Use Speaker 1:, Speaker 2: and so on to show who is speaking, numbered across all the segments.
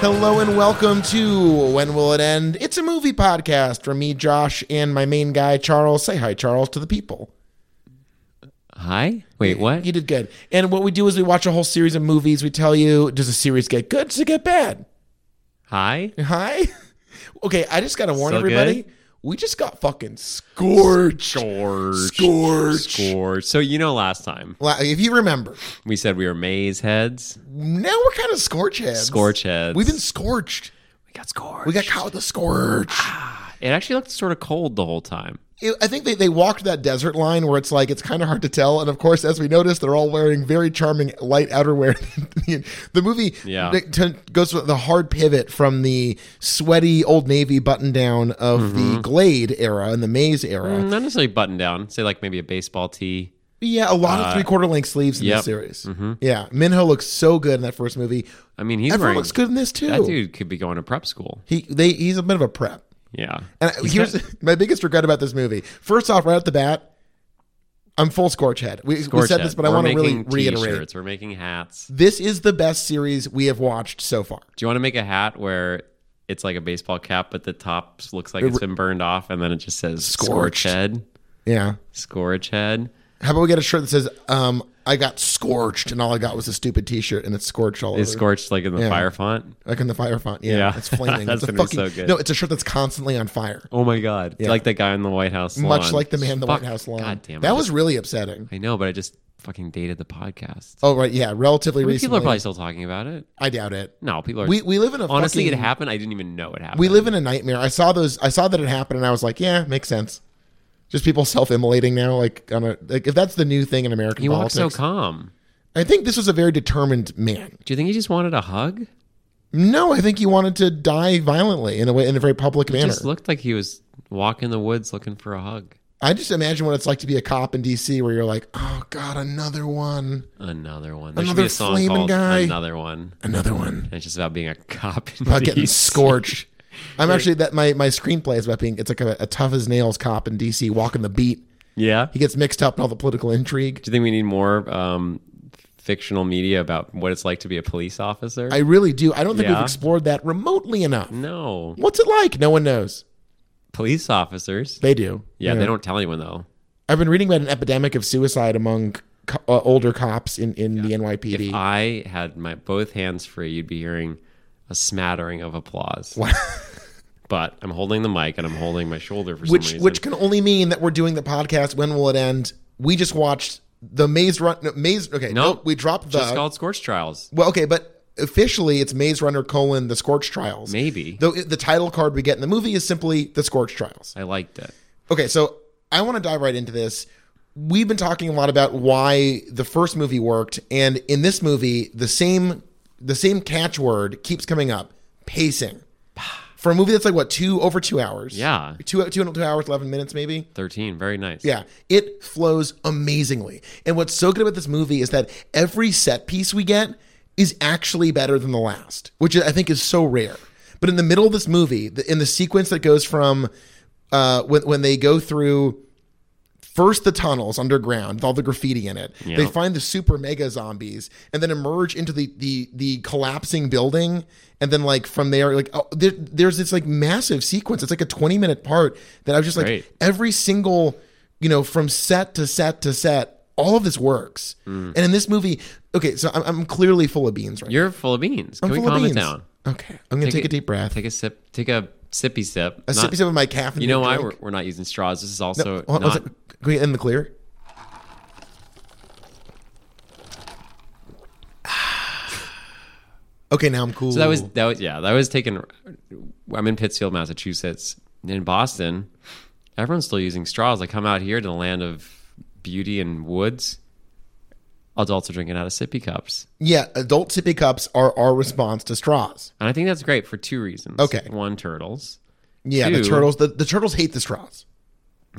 Speaker 1: Hello and welcome to When Will It End? It's a movie podcast from me, Josh, and my main guy, Charles. Say hi, Charles, to the people.
Speaker 2: Hi. Wait, what?
Speaker 1: You did good. And what we do is we watch a whole series of movies. We tell you, does a series get good? Does it get bad?
Speaker 2: Hi.
Speaker 1: Hi. Okay, I just got to warn
Speaker 2: Still
Speaker 1: everybody. We just got fucking scorched.
Speaker 2: Scorch.
Speaker 1: Scorched.
Speaker 2: Scorch. So you know, last time
Speaker 1: La- If you remember,
Speaker 2: we said we were maze heads,
Speaker 1: now we're kind of scorch heads.
Speaker 2: scorch heads.
Speaker 1: We've been scorched.
Speaker 2: we got scorched.
Speaker 1: We got caught with the scorch.
Speaker 2: It actually looked sort of cold the whole time.
Speaker 1: it, I think they, they walked that desert line where it's like it's kind of hard to tell. And of course, as we noticed, they're all wearing very charming light outerwear. the movie
Speaker 2: Yeah.
Speaker 1: th- t- goes to the hard pivot from the sweaty old navy button down of the
Speaker 2: Mm-hmm.
Speaker 1: Glade era and the Maze era.
Speaker 2: Not necessarily buttoned down. Say like maybe a baseball tee.
Speaker 1: Yeah, a lot of three quarter length sleeves in
Speaker 2: Uh,
Speaker 1: this
Speaker 2: yep.
Speaker 1: series. Yeah, Minho looks so good in that first movie.
Speaker 2: I mean, he's
Speaker 1: Everyone
Speaker 2: wearing.
Speaker 1: looks good in this too.
Speaker 2: That dude could be going to prep school.
Speaker 1: He they he's a bit of a prep.
Speaker 2: Yeah.
Speaker 1: And I- here's my biggest regret about this movie. First off, right off the bat, I'm full scorch head. We, we
Speaker 2: Scorch
Speaker 1: said
Speaker 2: head.
Speaker 1: this, but I
Speaker 2: We're
Speaker 1: want to really
Speaker 2: making
Speaker 1: reiterate.
Speaker 2: T-shirts. We're making hats.
Speaker 1: This is the best series we have watched so far.
Speaker 2: Do you want to make a hat where it's like a baseball cap, but the top looks like it's been burned off, and then it just says
Speaker 1: Scorched.
Speaker 2: scorch head,
Speaker 1: Yeah.
Speaker 2: scorch head.
Speaker 1: How about we get a shirt that says, um, I got scorched and all I got was a stupid t shirt and it's scorched all over.
Speaker 2: It's scorched like in the fire font.
Speaker 1: like in the fire font. Yeah.
Speaker 2: Yeah.
Speaker 1: It's flaming.
Speaker 2: That's
Speaker 1: it's a
Speaker 2: gonna be
Speaker 1: fucking
Speaker 2: so good.
Speaker 1: No, it's a shirt that's constantly on fire.
Speaker 2: Oh my god! Like that guy in the White House, lawn.
Speaker 1: Much like the man in the
Speaker 2: Fuck.
Speaker 1: White House lawn.
Speaker 2: God damn it!
Speaker 1: That was really upsetting.
Speaker 2: I know, but I just fucking dated the podcast.
Speaker 1: Oh right, yeah. Relatively
Speaker 2: People
Speaker 1: recently.
Speaker 2: are probably still talking about it.
Speaker 1: I doubt it.
Speaker 2: No, people are.
Speaker 1: We we live in a
Speaker 2: honestly,
Speaker 1: fucking,
Speaker 2: it happened. I didn't even know it happened.
Speaker 1: We live in a nightmare. I saw those. I saw that it happened, and I was like, "Yeah, makes sense." Just people self-immolating now, like on a like if that's the new thing in American
Speaker 2: he walked
Speaker 1: politics.
Speaker 2: so calm.
Speaker 1: I think this was a very determined man.
Speaker 2: Do you think he just wanted a hug?
Speaker 1: No, I think he wanted to die violently in a way in a very public
Speaker 2: It
Speaker 1: manner.
Speaker 2: just looked like he was walking the woods looking for a hug.
Speaker 1: I just imagine what it's like to be a cop in D.C. where you're like, "Oh God, another one,
Speaker 2: Another one. There
Speaker 1: Another
Speaker 2: should be a song
Speaker 1: flaming
Speaker 2: called
Speaker 1: guy.
Speaker 2: "Another One."
Speaker 1: another one,"
Speaker 2: And it's just about being a cop. In
Speaker 1: about getting
Speaker 2: DC.
Speaker 1: scorched. I'm actually that my my screenplay is about being it's like a, a tough as nails cop in D.C. walking the beat.
Speaker 2: Yeah.
Speaker 1: He gets mixed up in all the political intrigue.
Speaker 2: Do you think we need more um, fictional media about what it's like to be a police officer?
Speaker 1: I really do. I don't think we've
Speaker 2: Yeah.
Speaker 1: explored that remotely enough.
Speaker 2: no.
Speaker 1: What's it like? No one knows.
Speaker 2: Police officers.
Speaker 1: They do.
Speaker 2: Yeah, they don't tell anyone though.
Speaker 1: I've been reading about an epidemic of suicide among co- uh, older cops in, in the NYPD.
Speaker 2: I had my both hands free, you'd be hearing a smattering of applause. but I'm holding the mic and I'm holding my shoulder for
Speaker 1: which
Speaker 2: some reason.
Speaker 1: which can only mean that we're doing the podcast. When will it end? We just watched the Maze Run. No, Maze. Okay,
Speaker 2: Nope.
Speaker 1: we dropped the.
Speaker 2: just called Scorch Trials.
Speaker 1: well, okay, but officially it's Maze Runner colon the Scorch Trials.
Speaker 2: Maybe.
Speaker 1: Though it, the title card we get in the movie is simply the Scorch Trials.
Speaker 2: I liked it.
Speaker 1: Okay, so I want to dive right into this. We've been talking a lot about why the first movie worked, and in this movie, the same the same catchword keeps coming up: pacing. For a movie that's like what two over two hours,
Speaker 2: Yeah.
Speaker 1: two two two hours eleven minutes maybe.
Speaker 2: Thirteen. Very nice.
Speaker 1: Yeah, it flows amazingly. And what's so good about this movie is that every set piece we get is actually better than the last, which I think is so rare. But in the middle of this movie, the, in the sequence that goes from uh, when, when they go through first the tunnels underground with all the graffiti in it, they find the super mega zombies and then emerge into the the, the collapsing building. And then like from there, like oh, there, there's this like massive sequence. It's like a 20 minute part that I was just like,
Speaker 2: Great.
Speaker 1: every single you know from set to set to set all of this works and in this movie okay so i'm, I'm clearly full of beans right
Speaker 2: Hmm. You're full of beans. Can
Speaker 1: now. I'm
Speaker 2: we
Speaker 1: full of
Speaker 2: calm
Speaker 1: beans.
Speaker 2: it down?
Speaker 1: okay i'm gonna take,
Speaker 2: a-
Speaker 1: a deep breath
Speaker 2: Take a sip. Take a sippy sip.
Speaker 1: a
Speaker 2: Not-
Speaker 1: sippy sip of my caffeine
Speaker 2: You know why we're, we're not using straws? This is also
Speaker 1: oh, I was
Speaker 2: not.
Speaker 1: like, can we end the clear okay now i'm cool
Speaker 2: So that was that was yeah that was taken. I'm in Pittsfield, Massachusetts. In Boston, everyone's still using straws. I come out here to the land of beauty and woods. Adults are drinking out of sippy cups,
Speaker 1: yeah adult sippy cups are our response to straws
Speaker 2: and I think that's great for two reasons.
Speaker 1: Okay.
Speaker 2: one turtles.
Speaker 1: yeah the
Speaker 2: Two.
Speaker 1: turtles the, the turtles hate the straws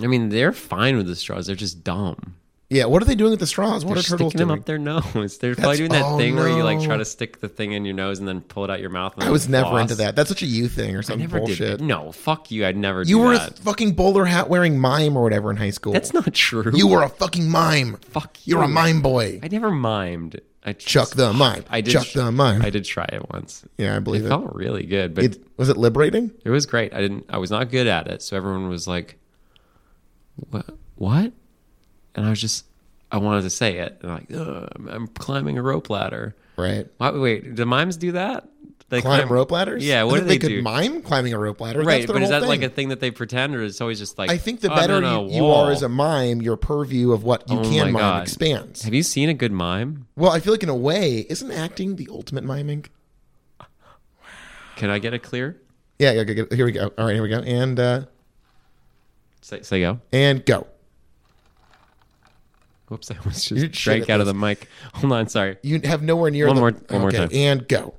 Speaker 2: I mean, they're fine with the straws. They're just dumb.
Speaker 1: yeah what are they doing with the straws what
Speaker 2: They're
Speaker 1: are turtles
Speaker 2: sticking them
Speaker 1: doing
Speaker 2: up their nose. They're probably doing that
Speaker 1: oh,
Speaker 2: thing where you like
Speaker 1: no.
Speaker 2: try to stick the thing in your nose and then pull it out your mouth. And
Speaker 1: I was never into
Speaker 2: floss.
Speaker 1: that. That's such a you thing or some
Speaker 2: Never
Speaker 1: bullshit.
Speaker 2: did. that. No, fuck you. I'd never.
Speaker 1: You
Speaker 2: do
Speaker 1: were a
Speaker 2: that.
Speaker 1: fucking bowler hat wearing mime or whatever in high school.
Speaker 2: That's not true.
Speaker 1: you were a fucking mime.
Speaker 2: Fuck you.
Speaker 1: You're a mime boy.
Speaker 2: I never mimed. I
Speaker 1: Chuck the mime.
Speaker 2: I did
Speaker 1: Chuck the mime.
Speaker 2: I did try it once.
Speaker 1: yeah, I believe
Speaker 2: It
Speaker 1: it.
Speaker 2: felt really good, but
Speaker 1: it. Was it liberating?
Speaker 2: It was great. I didn't. I was not good at it, so everyone was like, "What? What?" And I was just, I wanted to say it, and like, "Ugh, I'm, I'm climbing a rope ladder.
Speaker 1: Right.
Speaker 2: Why, wait, do mimes do that? They
Speaker 1: Climb, rope ladders?
Speaker 2: Yeah, what
Speaker 1: I
Speaker 2: do
Speaker 1: think
Speaker 2: they,
Speaker 1: could
Speaker 2: do?
Speaker 1: mime climbing a rope ladder.
Speaker 2: right,
Speaker 1: That's their
Speaker 2: but is
Speaker 1: whole
Speaker 2: that like
Speaker 1: thing.
Speaker 2: a thing that they pretend, or it's always just like?
Speaker 1: I think the
Speaker 2: "Oh, I'm
Speaker 1: better
Speaker 2: on a
Speaker 1: you, you are
Speaker 2: wall."
Speaker 1: as a mime, your purview of what you
Speaker 2: Oh my
Speaker 1: can mime
Speaker 2: God.
Speaker 1: expands.
Speaker 2: Have you seen a good mime?
Speaker 1: Well, I feel like in a way, isn't acting the ultimate miming?
Speaker 2: Can I get a clear?
Speaker 1: Yeah, yeah, yeah, yeah, here we go. All right, here we go. And uh,
Speaker 2: Say, say go.
Speaker 1: and go.
Speaker 2: Whoops, I was
Speaker 1: You're
Speaker 2: just
Speaker 1: shit
Speaker 2: drank
Speaker 1: at
Speaker 2: out of the mic. Hold on, sorry.
Speaker 1: You have nowhere near
Speaker 2: One
Speaker 1: the,
Speaker 2: more- one more time.
Speaker 1: And go.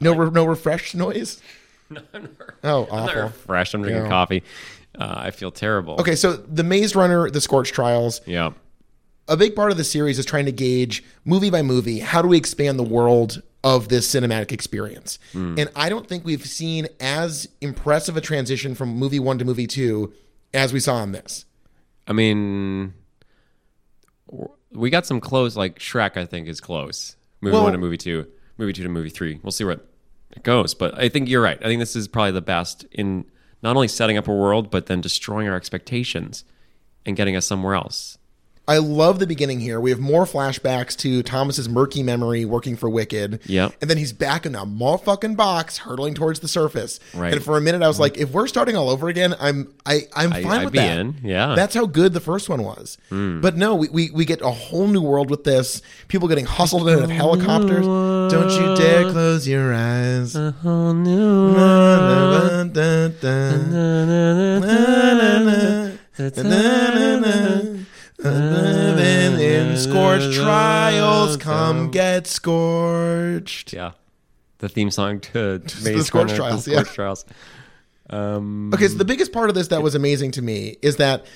Speaker 1: No, re- no refresh noise. No, oh,
Speaker 2: I'm not
Speaker 1: awful.
Speaker 2: refreshed. I'm drinking
Speaker 1: Yeah.
Speaker 2: coffee. Uh, I feel terrible.
Speaker 1: Okay, so the Maze Runner, the Scorch Trials,
Speaker 2: Yeah.
Speaker 1: a big part of the series is trying to gauge movie by movie how do we expand the world of this cinematic experience
Speaker 2: Hmm.
Speaker 1: and i don't think we've seen as impressive a transition from movie one to movie two as we saw in this
Speaker 2: I mean, w- we got some close. Like Shrek, I think is close. Movie
Speaker 1: Well-
Speaker 2: one to movie two, movie two to movie three. We'll see where it goes. But I think you're right. I think this is probably the best in not only setting up a world, but then destroying our expectations and getting us somewhere else.
Speaker 1: i love the beginning here we have more flashbacks to thomas's murky memory working for wicked
Speaker 2: Yep.
Speaker 1: and then he's back in that motherfucking box hurtling towards the surface
Speaker 2: Right.
Speaker 1: and for a minute i was like if we're starting all over again i'm i i'm fine
Speaker 2: I'd
Speaker 1: with
Speaker 2: be
Speaker 1: that
Speaker 2: in. Yeah. Hmm.
Speaker 1: That's how good the first one was. But no, we, we, we get a whole new world with this. People getting hustled in with helicopters. Don't you dare close your eyes.
Speaker 2: a whole new world.
Speaker 1: Dun, dun, dun,
Speaker 2: Na, na, na,
Speaker 1: dun, dun,
Speaker 2: na, na,
Speaker 1: dun, dun,
Speaker 2: na.
Speaker 1: dun. Living in scorched trials, come get scorched.
Speaker 2: Yeah. The theme song to Maze
Speaker 1: The Scorch
Speaker 2: Runner,
Speaker 1: Trials,
Speaker 2: the
Speaker 1: yeah.
Speaker 2: Scorch Trials. Um,
Speaker 1: Okay, so the biggest part of this that was amazing to me is that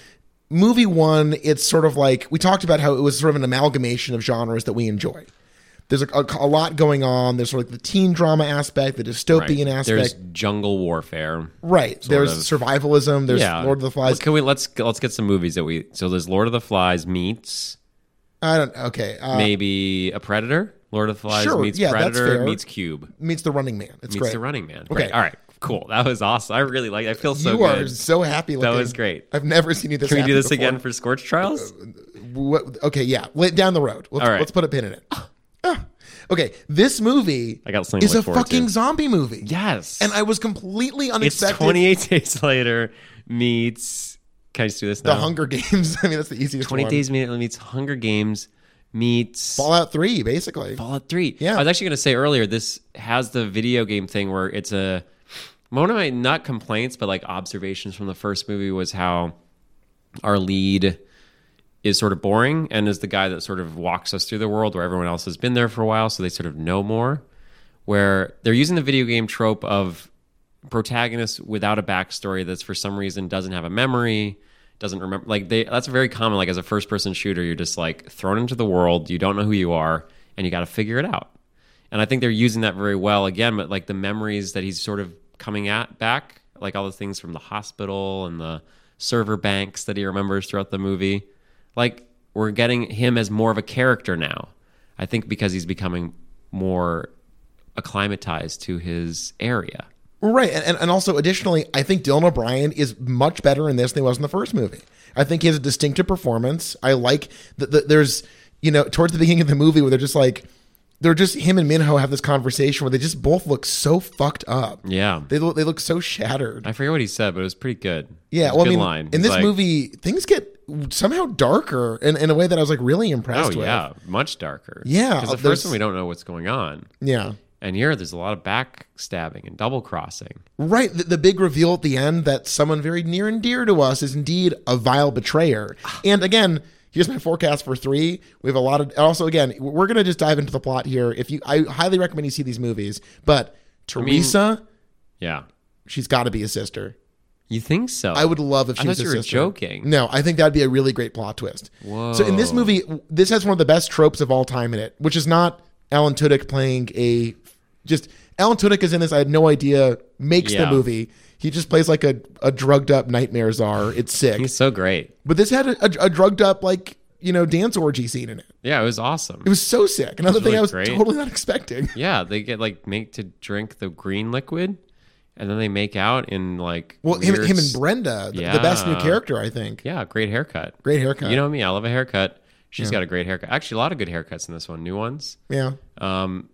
Speaker 1: movie one, it's sort of like we talked about how it was sort of an amalgamation of genres that we enjoy. There's a, a- a lot going on. There's sort of the teen drama aspect, the dystopian aspect,
Speaker 2: There's jungle warfare.
Speaker 1: right? There's
Speaker 2: of.
Speaker 1: survivalism. There's
Speaker 2: Yeah,
Speaker 1: Lord of the Flies.
Speaker 2: Well, Can we let's let's get some movies that we so there's Lord of the Flies meets
Speaker 1: I don't. Okay, uh,
Speaker 2: maybe a Predator. Lord of the Flies
Speaker 1: Sure,
Speaker 2: meets
Speaker 1: yeah, that's
Speaker 2: Predator
Speaker 1: fair.
Speaker 2: meets Cube
Speaker 1: meets the Running Man. It's
Speaker 2: meets
Speaker 1: great.
Speaker 2: The Running Man.
Speaker 1: Okay.
Speaker 2: Great. all right, cool. That was awesome. I really like. I feel so
Speaker 1: you
Speaker 2: good.
Speaker 1: are so happy. Looking.
Speaker 2: was great.
Speaker 1: I've never seen you this.
Speaker 2: Can we
Speaker 1: happy
Speaker 2: do this
Speaker 1: before. Uh,
Speaker 2: again for Scorch Trials?
Speaker 1: What, okay, yeah. Let, down the road. Let's,
Speaker 2: All right.
Speaker 1: let's put a pin in it. Ah. Okay, this movie
Speaker 2: I got something
Speaker 1: is a
Speaker 2: to look forward
Speaker 1: fucking
Speaker 2: to.
Speaker 1: zombie movie.
Speaker 2: Yes,
Speaker 1: And I was completely
Speaker 2: it's
Speaker 1: unexpected.
Speaker 2: 28 Days Later meets. Can I just do this now?
Speaker 1: the Hunger Games. I mean, that's the easiest
Speaker 2: 28
Speaker 1: one.
Speaker 2: Days meets Hunger Games meets
Speaker 1: Fallout 3, basically.
Speaker 2: Fallout 3.
Speaker 1: Yeah.
Speaker 2: I was actually going to say earlier, this has the video game thing where it's a. One of my, not complaints, but like observations from the first movie was how our lead is sort of boring and is the guy that sort of walks us through the world where everyone else has been there for a while. So they sort of know more. Where they're using the video game trope of protagonists without a backstory that's for some reason doesn't have a memory doesn't remember like they that's very common like as a first person shooter you're just like thrown into the world you don't know who you are and you got to figure it out and i think they're using that very well again but like the memories that he's sort of coming at back like all the things from the hospital and the server banks that he remembers throughout the movie like we're getting him as more of a character now i think because he's becoming more acclimatized to his area
Speaker 1: Right. And, and, and also, additionally, I think Dylan O'Brien is much better in this than he was in the first movie. I think he has a distinctive performance. I like that the, there's, you know, towards the beginning of the movie where they're just like, they're just, him and Minho have this conversation where they just both look so fucked up.
Speaker 2: yeah
Speaker 1: They look, they look so shattered.
Speaker 2: I forget what he said, but it was pretty good.
Speaker 1: Yeah,
Speaker 2: it was
Speaker 1: well,
Speaker 2: a
Speaker 1: I
Speaker 2: good
Speaker 1: mean,
Speaker 2: line.
Speaker 1: in
Speaker 2: He's
Speaker 1: this
Speaker 2: like,
Speaker 1: movie, things get somehow darker in, in a way that I was like really
Speaker 2: oh
Speaker 1: impressed with.
Speaker 2: yeah, much darker.
Speaker 1: Yeah, uh,
Speaker 2: because the
Speaker 1: there's-
Speaker 2: first one we don't know what's going on,
Speaker 1: Yeah.
Speaker 2: and here there's a lot of backstabbing and double crossing.
Speaker 1: Right, the, the big reveal at the end that someone very near and dear to us is indeed a vile betrayer. And again, here's my forecast for three. We have a lot of. and Also, again, we're gonna just dive into the plot here. If you, I highly recommend you see these movies. But Teresa,
Speaker 2: Yeah,
Speaker 1: she's got to be a sister.
Speaker 2: you think so?
Speaker 1: I would love if she
Speaker 2: I
Speaker 1: was a
Speaker 2: thought you were
Speaker 1: sister.
Speaker 2: joking.
Speaker 1: No, I think that'd be a really great plot twist. So in this
Speaker 2: Whoa.
Speaker 1: movie, this has one of the best tropes of all time in it, which is not Alan Tudyk playing a just Alan Tudyk is in this. I had no idea. Makes the
Speaker 2: Yeah.
Speaker 1: movie. He just plays like a, a drugged up nightmare czar. It's sick.
Speaker 2: He's so great.
Speaker 1: but this had a, a, a drugged up like you know dance orgy scene in it.
Speaker 2: Yeah, it was awesome.
Speaker 1: It was so sick. Another thing
Speaker 2: really
Speaker 1: I was
Speaker 2: great.
Speaker 1: totally not expecting.
Speaker 2: yeah, they get like make to drink the green liquid, and then they make out in like
Speaker 1: Well, him,
Speaker 2: weird
Speaker 1: him and
Speaker 2: s-
Speaker 1: Brenda, the, the best new
Speaker 2: Yeah.
Speaker 1: character, I think.
Speaker 2: yeah, great haircut.
Speaker 1: Great haircut.
Speaker 2: You know me, I love a haircut. She's got a great haircut. Actually, a lot of good haircuts in this one. New ones.
Speaker 1: yeah.
Speaker 2: Um,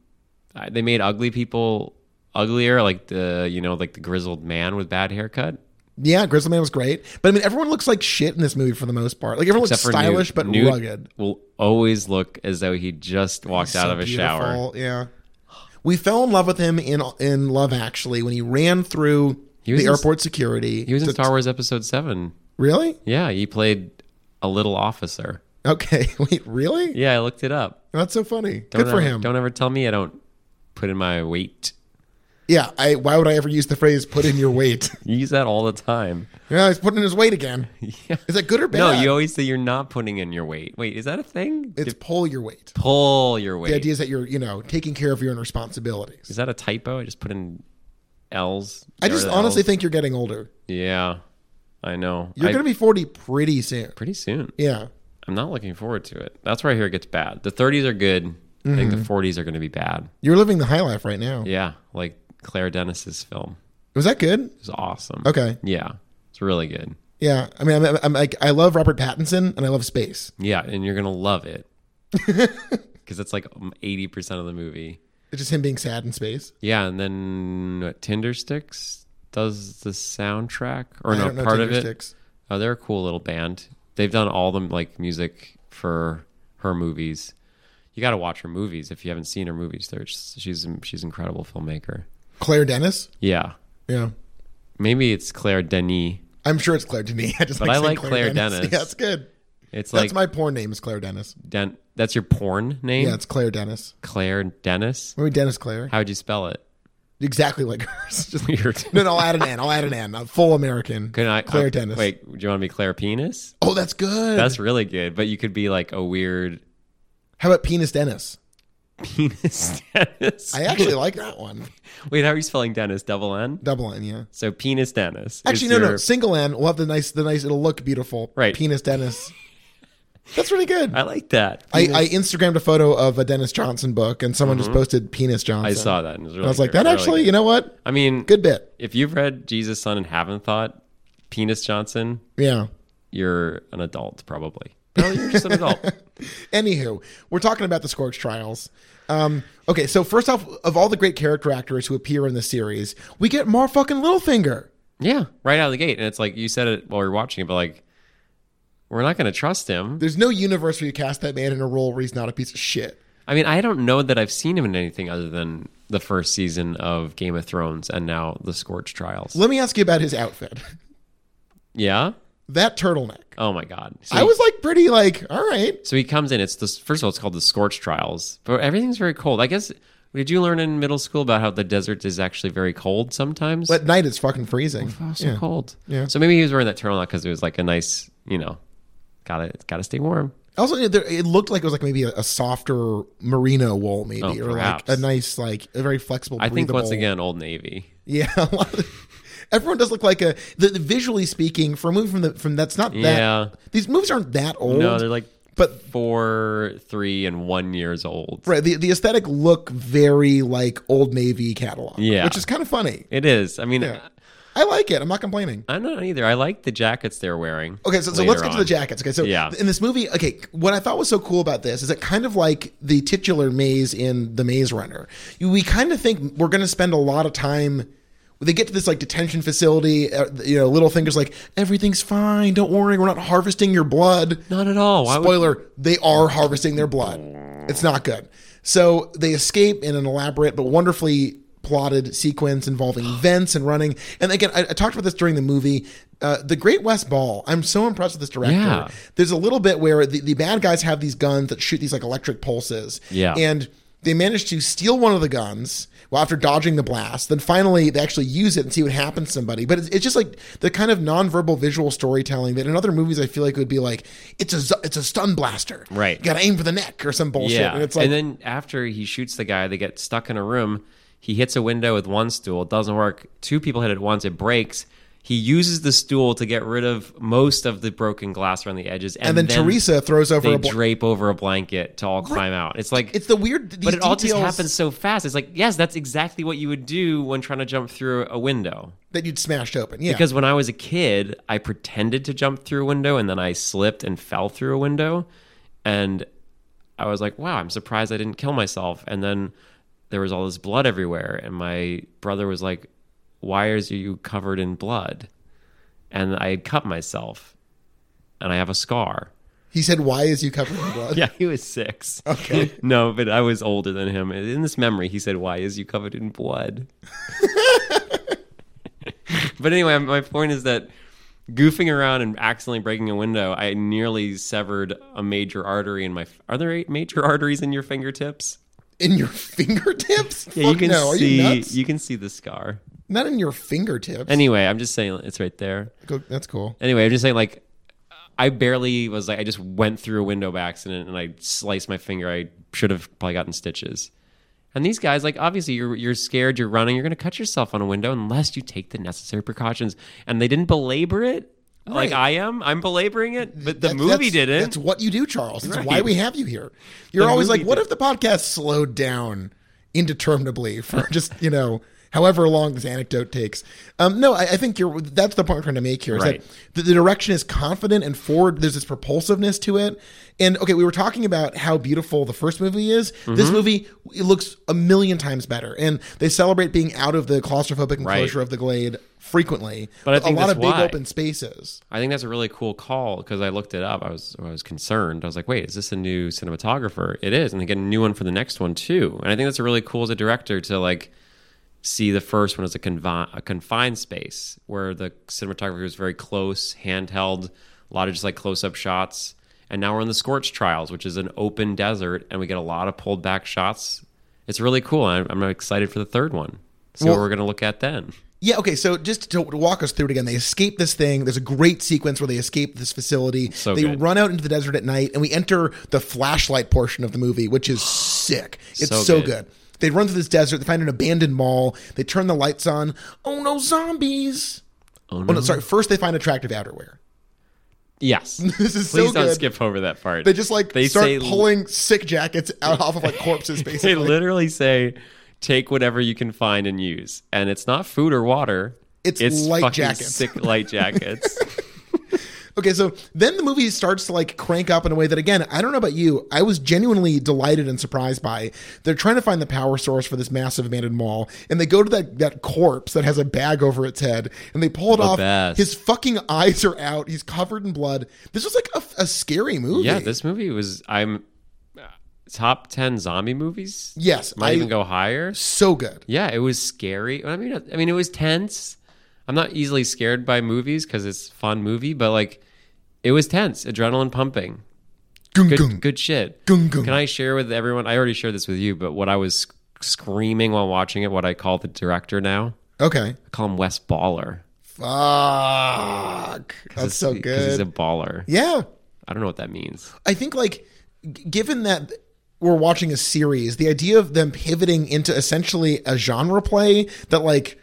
Speaker 2: I, they made ugly people uglier, like the you know like the grizzled man with bad haircut.
Speaker 1: Yeah, Grizzly Man was great. But I mean, everyone looks like shit in this movie for the most part. Like, everyone looks
Speaker 2: Except for Newt.
Speaker 1: stylish but
Speaker 2: Newt
Speaker 1: rugged.
Speaker 2: Will always look as though he just walked out
Speaker 1: So
Speaker 2: of a shower.
Speaker 1: beautiful, Yeah. We fell in love with him in in Love Actually when he ran through
Speaker 2: was
Speaker 1: the
Speaker 2: in-
Speaker 1: airport security.
Speaker 2: He was in
Speaker 1: to-
Speaker 2: Star Wars Episode Seven.
Speaker 1: Really?
Speaker 2: Yeah, he played a little officer.
Speaker 1: Okay. Wait, really?
Speaker 2: Yeah, I looked it up.
Speaker 1: That's so funny.
Speaker 2: Don't
Speaker 1: Good for
Speaker 2: ever-
Speaker 1: him.
Speaker 2: Don't ever tell me I don't put in my weight.
Speaker 1: Yeah. I. Why would I ever use the phrase "put in your weight"?
Speaker 2: You use that all the time.
Speaker 1: yeah, he's putting in his weight again.
Speaker 2: Yeah.
Speaker 1: Is that good or bad?
Speaker 2: No, you always say you're not putting in your weight. Wait, is that a thing?
Speaker 1: It's pull your weight.
Speaker 2: Pull your weight.
Speaker 1: The idea is that you're, you know, taking care of your own responsibilities.
Speaker 2: is that a typo? I just put in L's.
Speaker 1: I just
Speaker 2: Or
Speaker 1: honestly
Speaker 2: Ls.
Speaker 1: think you're getting older.
Speaker 2: Yeah, I know.
Speaker 1: You're
Speaker 2: I-
Speaker 1: going to be 40 pretty soon.
Speaker 2: pretty soon.
Speaker 1: Yeah.
Speaker 2: I'm not looking forward to it. That's where I hear it gets bad. The 30s are good. I think the
Speaker 1: Mm-hmm.
Speaker 2: 40s are going to be bad.
Speaker 1: You're living the high life right now.
Speaker 2: Yeah, like Claire Dennis's film.
Speaker 1: Was that good?
Speaker 2: It was awesome.
Speaker 1: Okay.
Speaker 2: Yeah, it's really good.
Speaker 1: Yeah. I mean, I'm, I'm like, I love Robert Pattinson and I love space.
Speaker 2: Yeah, and you're going to love it because it's like 80% of the movie.
Speaker 1: It's just him being sad in space.
Speaker 2: Yeah, and then what, Tinder Sticks does the soundtrack or
Speaker 1: I
Speaker 2: no
Speaker 1: don't know
Speaker 2: part
Speaker 1: Tinder
Speaker 2: of it.
Speaker 1: Sticks.
Speaker 2: Oh, they're a cool little band. They've done all the like music for her movies. You got to watch her movies if you haven't seen her movies. They're just, she's she's an incredible filmmaker.
Speaker 1: Claire Dennis.
Speaker 2: Yeah,
Speaker 1: Yeah.
Speaker 2: maybe it's Claire Denis.
Speaker 1: I'm sure it's Claire Denis. I just
Speaker 2: But I
Speaker 1: saying
Speaker 2: like Claire Dennis.
Speaker 1: Yeah, it's good.
Speaker 2: It's
Speaker 1: That's
Speaker 2: like
Speaker 1: my porn name is Claire Dennis.
Speaker 2: Den- that's your porn name,
Speaker 1: Yeah, it's Claire Dennis.
Speaker 2: Claire Dennis.
Speaker 1: Maybe Dennis Claire.
Speaker 2: How would you spell it?
Speaker 1: Exactly like hers. Just,
Speaker 2: Weird.
Speaker 1: no, no, I'll add an N. I'll add an N. A full American.
Speaker 2: Can I
Speaker 1: Claire
Speaker 2: uh,
Speaker 1: Dennis.
Speaker 2: Wait, do you want to be Claire Penis?
Speaker 1: Oh, that's good.
Speaker 2: That's really good, but you could be like a weird
Speaker 1: How about Penis Dennis?
Speaker 2: penis Dennis.
Speaker 1: I actually like that one.
Speaker 2: Wait, how are you spelling Dennis? Double N.
Speaker 1: Double N, yeah.
Speaker 2: So penis Dennis. is
Speaker 1: Actually, no, no.
Speaker 2: your-
Speaker 1: Single N. We'll have the nice, the nice. It'll look beautiful.
Speaker 2: Right.
Speaker 1: Penis Dennis. That's really good.
Speaker 2: I like that.
Speaker 1: I, I Instagrammed a photo of a Dennis Johnson book, and someone just posted Penis Johnson.
Speaker 2: Mm-hmm. I saw that and, it was really
Speaker 1: And I was like,
Speaker 2: good,
Speaker 1: that
Speaker 2: really
Speaker 1: actually,
Speaker 2: good.
Speaker 1: you know what?
Speaker 2: I mean,
Speaker 1: Good bit.
Speaker 2: if you've read Jesus Son and haven't thought penis Johnson,
Speaker 1: Yeah.
Speaker 2: you're an adult probably. No, you're just an adult.
Speaker 1: Anywho, we're talking about the Scorch Trials. Um, okay, so first off, of all the great character actors who appear in the series, we get more fucking Littlefinger.
Speaker 2: yeah, right out of the gate, and it's like you said it while we were watching it, but like, we're not going to trust him.
Speaker 1: There's no universe where you cast that man in a role where he's not a piece of shit.
Speaker 2: I mean, I don't know that I've seen him in anything other than the first season of Game of Thrones and now the Scorch Trials.
Speaker 1: Let me ask you about his outfit.
Speaker 2: Yeah.
Speaker 1: That turtleneck.
Speaker 2: Oh my God. So
Speaker 1: I was like pretty like, all right.
Speaker 2: So he comes in. It's this. First of all, it's called the Scorch Trials, but everything's very cold. I guess. Did you learn in middle school about how the desert is actually very cold sometimes?
Speaker 1: But night it's fucking freezing.
Speaker 2: oh, so
Speaker 1: Yeah.
Speaker 2: cold.
Speaker 1: Yeah.
Speaker 2: So maybe he was wearing that turtleneck because it was like a nice, you know, gotta gotta stay warm.
Speaker 1: Also, it- there- it looked like it was like maybe a, a softer merino wool, maybe,
Speaker 2: Oh,
Speaker 1: or like a
Speaker 2: perhaps.
Speaker 1: nice, like a very flexible.
Speaker 2: I think once
Speaker 1: breathable-
Speaker 2: again, Old Navy.
Speaker 1: Yeah, a lot of- everyone does look like a. The, the- visually speaking, for a movie from the from that's not that.
Speaker 2: Yeah.
Speaker 1: These movies aren't that old.
Speaker 2: No, they're like
Speaker 1: but
Speaker 2: four, three, and one years old.
Speaker 1: right, the, the aesthetic look very like old navy catalog.
Speaker 2: Yeah.
Speaker 1: which is kind of funny.
Speaker 2: It is. I mean,
Speaker 1: Yeah. I like it. I'm not complaining.
Speaker 2: I, am not either. I like the jackets they're wearing.
Speaker 1: Okay, so, so
Speaker 2: later
Speaker 1: let's get to the
Speaker 2: on.
Speaker 1: jackets. Okay, so
Speaker 2: Yeah.
Speaker 1: in this movie, okay, what I thought was so cool about this is it kind of like the titular maze in The Maze Runner. You- We kind of think we're going to spend a lot of time. They get to this like detention facility, uh, you know, little fingers like everything's fine. Don't worry, we're not harvesting your blood.
Speaker 2: Not at all. Why Oh, would-
Speaker 1: Spoiler: They are harvesting their blood. It's not good. So they escape in an elaborate but wonderfully plotted sequence involving vents and running. And again, I, I talked about this during the movie. Uh, the Great West Ball. I'm so impressed with this director.
Speaker 2: Yeah.
Speaker 1: There's a little bit where the, the bad guys have these guns that shoot these like electric pulses.
Speaker 2: Yeah.
Speaker 1: And they manage to steal one of the guns well, after dodging the blast. Then finally, they actually use it and see what happens to somebody. But it's, it's just like the kind of nonverbal visual storytelling that in other movies I feel like would be like it's a zu- it's a stun blaster.
Speaker 2: Right.
Speaker 1: You got to aim for the neck or some bullshit.
Speaker 2: Yeah.
Speaker 1: And it's like
Speaker 2: then after he shoots the guy, they get stuck in a room. He hits a window with one stool. It doesn't work. Two people hit it once. It breaks. He uses the stool to get rid of most of the broken glass around the edges,
Speaker 1: And
Speaker 2: and,
Speaker 1: then, Teresa throws over
Speaker 2: they
Speaker 1: a bl-
Speaker 2: drape over a blanket to all climb out. It's like
Speaker 1: It's the weird. These
Speaker 2: but it all just
Speaker 1: details
Speaker 2: happens so fast. It's like, yes, that's exactly what you would do when trying to jump through a window.
Speaker 1: that you'd smashed open. Yeah,
Speaker 2: Because when I was a kid, I pretended to jump through a window and then I slipped and fell through a window. And I was like, wow, I'm surprised I didn't kill myself. And then there was all this blood everywhere. And my brother was like, why are you covered in blood? And I had cut myself and I have a scar.
Speaker 1: he said, "Why is you covered in blood?"
Speaker 2: Yeah, he was six.
Speaker 1: Okay.
Speaker 2: No, but I was older than him. And In this memory, he said, Why is you covered in blood? but anyway, my point is that goofing around and accidentally breaking a window, I nearly severed a major artery in my. Are there eight major arteries in your fingertips?
Speaker 1: In your fingertips?
Speaker 2: Yeah, you
Speaker 1: Fuck
Speaker 2: can
Speaker 1: no.
Speaker 2: see.
Speaker 1: Are you nuts?
Speaker 2: can see the scar.
Speaker 1: Not in your fingertips.
Speaker 2: Anyway, I'm just saying it's right there.
Speaker 1: Go- That's cool.
Speaker 2: Anyway, I'm just saying like. I barely was like I just went through a window by accident and I sliced my finger. I should have probably gotten stitches. And these guys, like obviously you're you're scared, you're running, you're gonna cut yourself on a window unless you take the necessary precautions. And they didn't belabor it like
Speaker 1: Right.
Speaker 2: I am. I'm belaboring it, but the
Speaker 1: That-
Speaker 2: movie
Speaker 1: that's-
Speaker 2: didn't.
Speaker 1: That's what you do, Charles. That's why
Speaker 2: Right.
Speaker 1: we have you here. You're always
Speaker 2: movie
Speaker 1: like, what if the podcast slowed down indeterminably for just you know however long this anecdote takes? Um, no, I, I think you're. That's the point I'm trying to make here. Is
Speaker 2: Right.
Speaker 1: that the, the direction is confident and forward. There's this propulsiveness to it. And okay, we were talking about how beautiful the first movie is.
Speaker 2: Mm-hmm.
Speaker 1: This movie it looks a million times better. And they celebrate being out of the claustrophobic enclosure of the glade frequently.
Speaker 2: But I
Speaker 1: with
Speaker 2: think
Speaker 1: a lot
Speaker 2: that's
Speaker 1: of big
Speaker 2: why.
Speaker 1: open spaces.
Speaker 2: I think that's a really cool call because I looked it up. I was I was concerned. I was like, wait, is this a new cinematographer? It is, and they get a new one for the next one too. And I think that's really cool as a director to like see the first one as a, confi- a confined space where the cinematography was very close, handheld, a lot of just like close up shots. And now we're in the Scorch Trials, which is an open desert, and we get a lot of pulled back shots. It's really cool. I'm, I'm excited for the third one. See what
Speaker 1: Well-
Speaker 2: we're gonna look at then.
Speaker 1: Yeah, okay, so just to to walk us through it again, they escape this thing. There's a great sequence where they escape this facility.
Speaker 2: So
Speaker 1: they
Speaker 2: good.
Speaker 1: run out into the desert at night, and we enter the flashlight portion of the movie, which is sick. It's so,
Speaker 2: So
Speaker 1: good.
Speaker 2: good.
Speaker 1: They run through this desert, they find an abandoned mall, they turn the lights on. Oh no, zombies!
Speaker 2: Oh
Speaker 1: Oh
Speaker 2: no!
Speaker 1: no, sorry, first they find attractive outerwear.
Speaker 2: Yes.
Speaker 1: This is
Speaker 2: Please
Speaker 1: so
Speaker 2: don't
Speaker 1: good.
Speaker 2: skip over that part.
Speaker 1: They just like
Speaker 2: They
Speaker 1: start
Speaker 2: say-
Speaker 1: pulling sick jackets out off of like corpses,
Speaker 2: they
Speaker 1: basically.
Speaker 2: literally say take whatever you can find and use and it's not food or water
Speaker 1: It's light
Speaker 2: fucking
Speaker 1: jackets.
Speaker 2: sick light jackets
Speaker 1: Okay, so then the movie starts to like crank up in a way that again, I don't know about you, I was genuinely delighted and surprised by. They're trying to find the power source for this massive abandoned mall, and they go to that that corpse that has a bag over its head, and they pull it off.
Speaker 2: best.
Speaker 1: His fucking eyes are out. He's covered in blood. This was like a, a scary movie.
Speaker 2: yeah this movie was i'm uh, top 10 zombie movies
Speaker 1: yes,
Speaker 2: might
Speaker 1: I
Speaker 2: even go higher
Speaker 1: so good.
Speaker 2: yeah it was scary i mean i mean it was tense i'm not easily scared by movies because it's a fun movie but like it was tense adrenaline pumping
Speaker 1: Gung
Speaker 2: good
Speaker 1: gung
Speaker 2: good shit
Speaker 1: gung gung.
Speaker 2: Can I share with everyone? I already shared this with you, but what I was sc- screaming while watching it, what I call the director now,
Speaker 1: okay,
Speaker 2: I call him Wes Baller.
Speaker 1: fuck, that's so
Speaker 2: Because he's
Speaker 1: good.
Speaker 2: a baller.
Speaker 1: yeah,
Speaker 2: I don't know what that means.
Speaker 1: I think like g- given that we're watching a series, the idea of them pivoting into essentially a genre play that like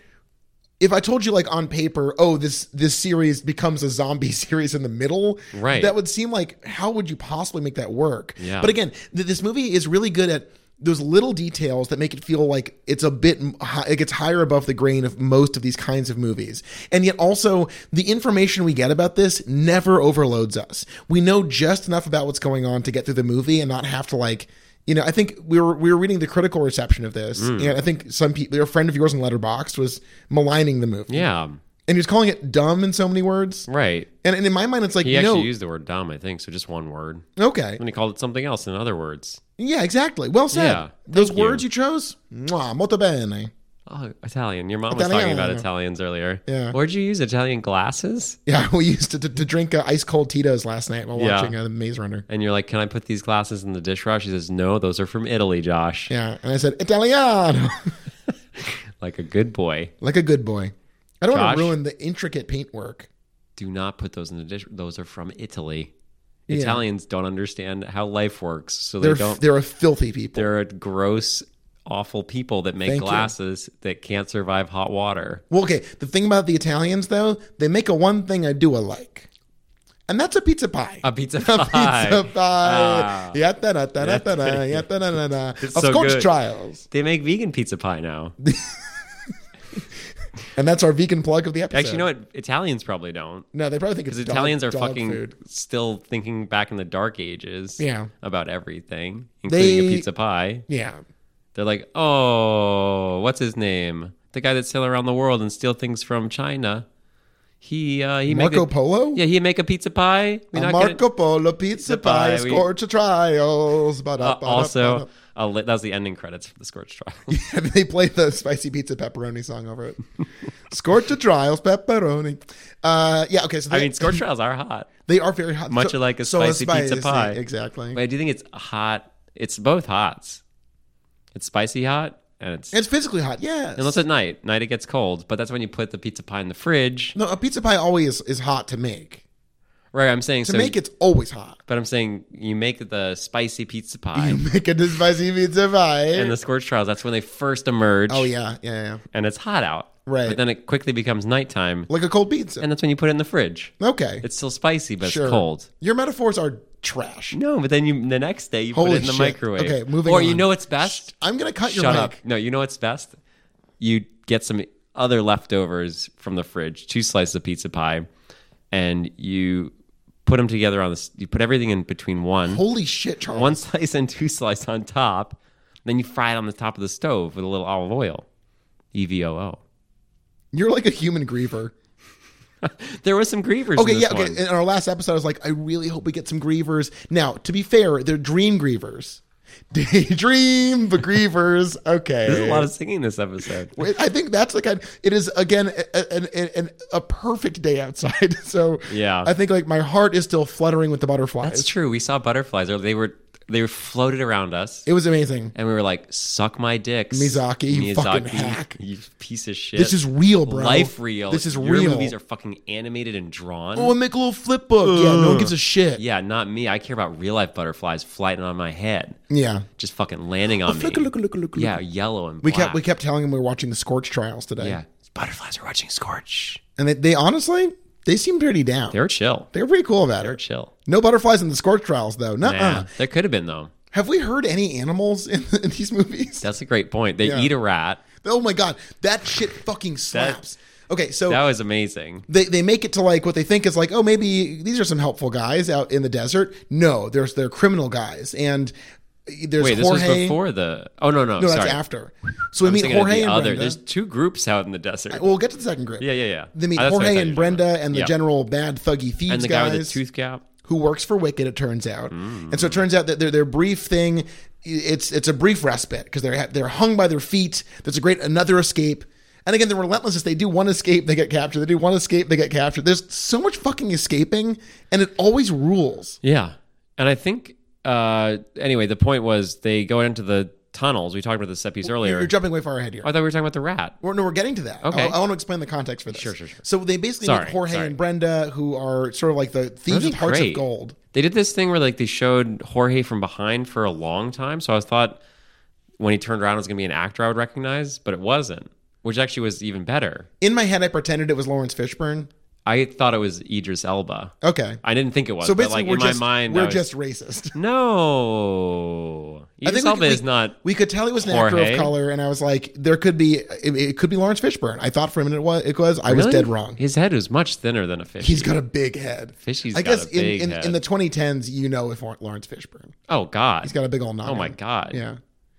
Speaker 1: if I told you like on paper, oh this this series becomes a zombie series in the middle,
Speaker 2: Right.
Speaker 1: That would seem like how would you possibly make that work?
Speaker 2: Yeah.
Speaker 1: But again, th- this movie is really good at those little details that make it feel like it's a bit m- hi- it gets higher above the grain of most of these kinds of movies and yet also the information we get about this never overloads us we know just enough about what's going on to get through the movie and not have to like you know i think we were we were reading the critical reception of this
Speaker 2: Mm.
Speaker 1: and i think some people a friend of yours in letterbox was maligning the movie
Speaker 2: Yeah,
Speaker 1: and he was calling it dumb in so many words
Speaker 2: right.
Speaker 1: and, and in my mind it's like
Speaker 2: He
Speaker 1: no
Speaker 2: actually used the word dumb, I think, so just one word.
Speaker 1: okay
Speaker 2: And he called it something else in other words.
Speaker 1: yeah exactly well said
Speaker 2: Yeah,
Speaker 1: those
Speaker 2: thank you.
Speaker 1: words you chose mwah, molto bene
Speaker 2: Oh, Italian. Your mom was talking about
Speaker 1: Italiano.
Speaker 2: Italians earlier.
Speaker 1: Yeah.
Speaker 2: Where'd you use Italian glasses?
Speaker 1: Yeah, we used to, to, to drink uh, ice cold Tito's last night while
Speaker 2: Yeah.
Speaker 1: watching uh, the Maze Runner.
Speaker 2: And you're like, can I put these glasses in the dishwasher? She says, no, those are from Italy, Josh.
Speaker 1: Yeah, and I said Italiano,
Speaker 2: Like a good boy.
Speaker 1: like a good boy. I don't want
Speaker 2: Josh?
Speaker 1: to ruin the intricate paintwork.
Speaker 2: do not put those in the dish. Those are from Italy.
Speaker 1: Yeah.
Speaker 2: Italians don't understand how life works, so they
Speaker 1: They're
Speaker 2: don't.
Speaker 1: they're a filthy people.
Speaker 2: They're a gross, awful people that make
Speaker 1: Thank you.
Speaker 2: glasses that can't survive hot water.
Speaker 1: Well, okay. The thing about the Italians, though, they make a one thing I do alike, and that's a pizza pie.
Speaker 2: A pizza
Speaker 1: A
Speaker 2: pie.
Speaker 1: pizza pie.
Speaker 2: Ah.
Speaker 1: Yatta-na-ta-na-ta-na, yatta-na-na-na. Of
Speaker 2: so
Speaker 1: Scotch
Speaker 2: good.
Speaker 1: trials,
Speaker 2: They make vegan pizza pie now.
Speaker 1: and that's our vegan plug of the episode.
Speaker 2: Actually, you know what? Italians probably don't.
Speaker 1: No, they probably think it's
Speaker 2: Because
Speaker 1: dog-
Speaker 2: Italians are
Speaker 1: dog
Speaker 2: fucking
Speaker 1: food.
Speaker 2: still thinking back in the dark ages
Speaker 1: Yeah.
Speaker 2: about everything, including a
Speaker 1: They-
Speaker 2: pizza pie.
Speaker 1: Yeah.
Speaker 2: They're like, oh, what's his name? The guy that sail around the world and steal things from China. He uh, he
Speaker 1: Marco
Speaker 2: make a,
Speaker 1: Polo.
Speaker 2: Yeah, he make a pizza pie. We
Speaker 1: A
Speaker 2: not
Speaker 1: Marco
Speaker 2: gonna-
Speaker 1: Polo pizza pie,
Speaker 2: pie, we-
Speaker 1: scorch of trials.
Speaker 2: Uh,
Speaker 1: Ba-da-ba-da-ba-da.
Speaker 2: also, a li- that was the ending credits for the Scorch Trial.
Speaker 1: and they play the spicy pizza pepperoni song over it. Scorch of trials, pepperoni. Uh, yeah, okay. So they,
Speaker 2: I mean, Scorch Trials are hot,
Speaker 1: they are very hot.
Speaker 2: much
Speaker 1: So-
Speaker 2: like a
Speaker 1: so
Speaker 2: spicy pizza pie.
Speaker 1: Exactly.
Speaker 2: but I do think it's hot. It's both hots. It's spicy hot, and it's
Speaker 1: It's physically hot, yes.
Speaker 2: unless at night. Night it gets cold, but that's when you put the pizza pie in the fridge.
Speaker 1: no, a pizza pie always is hot to make.
Speaker 2: Right, I'm saying
Speaker 1: To
Speaker 2: so.
Speaker 1: make, it's always hot.
Speaker 2: but I'm saying you make the spicy pizza pie
Speaker 1: You make a spicy pizza pie.
Speaker 2: and the Scorch Trials. That's when they first emerge.
Speaker 1: oh, yeah, yeah, yeah.
Speaker 2: and it's hot out.
Speaker 1: Right.
Speaker 2: But then it quickly becomes nighttime,
Speaker 1: Like a cold pizza.
Speaker 2: and that's when you put it in the fridge.
Speaker 1: okay.
Speaker 2: It's still spicy, but
Speaker 1: Sure.
Speaker 2: it's cold.
Speaker 1: Your metaphors are trash.
Speaker 2: No, but then you the next day you put
Speaker 1: Holy
Speaker 2: it in the
Speaker 1: shit.
Speaker 2: microwave.
Speaker 1: Okay, moving
Speaker 2: or
Speaker 1: on.
Speaker 2: you know what's best?
Speaker 1: I'm going to cut your
Speaker 2: Shut
Speaker 1: mic.
Speaker 2: up. No, you know what's best? You get some other leftovers from the fridge, two slices of pizza pie, and you put them together on this. You put everything in between one,
Speaker 1: Holy shit, Charles.
Speaker 2: one slice and two slice on top. Then you fry it on the top of the stove with a little olive oil. E V O O.
Speaker 1: You're like a human griever.
Speaker 2: There was some grievers.
Speaker 1: Okay,
Speaker 2: in this
Speaker 1: yeah, okay.
Speaker 2: one.
Speaker 1: In our last episode, I was like, I really hope we get some grievers. Now, to be fair, they're dream grievers. Daydream but grievers. Okay.
Speaker 2: There's a lot of singing this episode.
Speaker 1: Wait, I think that's the kind. It is again a, an a, a perfect day outside. So
Speaker 2: Yeah.
Speaker 1: I think like my heart is still fluttering with the butterflies.
Speaker 2: It's true. We saw butterflies. or They were they were floated around us.
Speaker 1: it was amazing.
Speaker 2: and we were like, "Suck my dick,
Speaker 1: Miyazaki, you fucking hack.
Speaker 2: you piece of shit."
Speaker 1: This is real, bro.
Speaker 2: life real.
Speaker 1: This is
Speaker 2: Your
Speaker 1: real.
Speaker 2: Movies are fucking animated and drawn.
Speaker 1: oh, and make a little flip book. Yeah, no one gives a shit.
Speaker 2: yeah, not me. I care about real life butterflies flying on my head,
Speaker 1: Yeah.
Speaker 2: just fucking landing on me.
Speaker 1: Oh, Look, look, look, look, look.
Speaker 2: yeah, yellow and
Speaker 1: We
Speaker 2: black.
Speaker 1: kept we kept telling them we were watching the Scorch trials today.
Speaker 2: yeah, butterflies are watching Scorch.
Speaker 1: And they, they honestly they seemed pretty down. They're,
Speaker 2: They're chill.
Speaker 1: pretty cool about
Speaker 2: They're
Speaker 1: it.
Speaker 2: chill.
Speaker 1: No butterflies in the Scorch trials though. Nuh-uh.
Speaker 2: Yeah, there could have been though.
Speaker 1: Have we heard any animals in, in these movies?
Speaker 2: That's a great point. They
Speaker 1: Yeah.
Speaker 2: eat a rat.
Speaker 1: Oh my god, that shit fucking slaps. okay, so
Speaker 2: That was amazing.
Speaker 1: they, they make it to like what they think is like oh maybe these are some helpful guys out in the desert no there's they're criminal guys and there's
Speaker 2: Wait, this
Speaker 1: Jorge
Speaker 2: was before the. Oh no, no,
Speaker 1: no that's
Speaker 2: sorry.
Speaker 1: after so we meet
Speaker 2: Thinking of
Speaker 1: Jorge
Speaker 2: the
Speaker 1: and
Speaker 2: other.
Speaker 1: Brenda
Speaker 2: There's two groups out in the desert.
Speaker 1: we'll get to the second group
Speaker 2: Yeah, yeah, yeah.
Speaker 1: they meet
Speaker 2: Oh, that's what
Speaker 1: Jorge
Speaker 2: I thought
Speaker 1: and
Speaker 2: you were talking
Speaker 1: Brenda
Speaker 2: about.
Speaker 1: and the
Speaker 2: Yeah.
Speaker 1: general bad thuggy thieves
Speaker 2: and the guy
Speaker 1: guys
Speaker 2: with the tooth cap.
Speaker 1: who works for Wicked, it turns out. And so it turns out that their their brief thing, it's it's a brief respite because they're they're hung by their feet. There's a great another escape. And again, they're relentless. As they do one escape, they get captured. They do one escape, they get captured. There's so much fucking escaping, and it always rules.
Speaker 2: Yeah, and I think uh, anyway, the point was they go into the tunnels. We talked about this set piece earlier.
Speaker 1: You're jumping way far ahead here.
Speaker 2: I thought we were talking about the rat.
Speaker 1: Or no, we're getting to that.
Speaker 2: Okay.
Speaker 1: I, I want to explain the context for this. Sure,
Speaker 2: sure, sure.
Speaker 1: So they basically meet
Speaker 2: Sorry,
Speaker 1: Jorge
Speaker 2: sorry.
Speaker 1: and Brenda, who are sort of like the thieves
Speaker 2: That'd
Speaker 1: with
Speaker 2: be
Speaker 1: hearts of
Speaker 2: great.
Speaker 1: gold.
Speaker 2: They did this thing where like they showed Jorge from behind for a long time. So I thought when he turned around, it was going to be an actor I would recognize, but it wasn't, which actually was even better.
Speaker 1: In my head, I pretended it was Lawrence Fishburne.
Speaker 2: I thought it was Idris Elba.
Speaker 1: Okay.
Speaker 2: I didn't think it was.
Speaker 1: So
Speaker 2: but
Speaker 1: basically,
Speaker 2: like
Speaker 1: we're,
Speaker 2: in
Speaker 1: just,
Speaker 2: my mind, I
Speaker 1: we're
Speaker 2: was-
Speaker 1: just racist.
Speaker 2: no. Idris
Speaker 1: we
Speaker 2: Elba
Speaker 1: could-
Speaker 2: is not.
Speaker 1: We could tell he was an actor
Speaker 2: Jorge.
Speaker 1: of color, and I was like, there could be it, it could be Lawrence Fishburne. I thought for a minute it was. It was. I was
Speaker 2: Really?
Speaker 1: dead wrong.
Speaker 2: His head was much thinner than a fish.
Speaker 1: He's got a big head.
Speaker 2: Fishy's
Speaker 1: I
Speaker 2: got
Speaker 1: guess
Speaker 2: a big
Speaker 1: in, in,
Speaker 2: head.
Speaker 1: in the 2010s, you know if Lawrence Fishburne.
Speaker 2: oh God,
Speaker 1: He's got a big old knob.
Speaker 2: Oh my god.
Speaker 1: Yeah.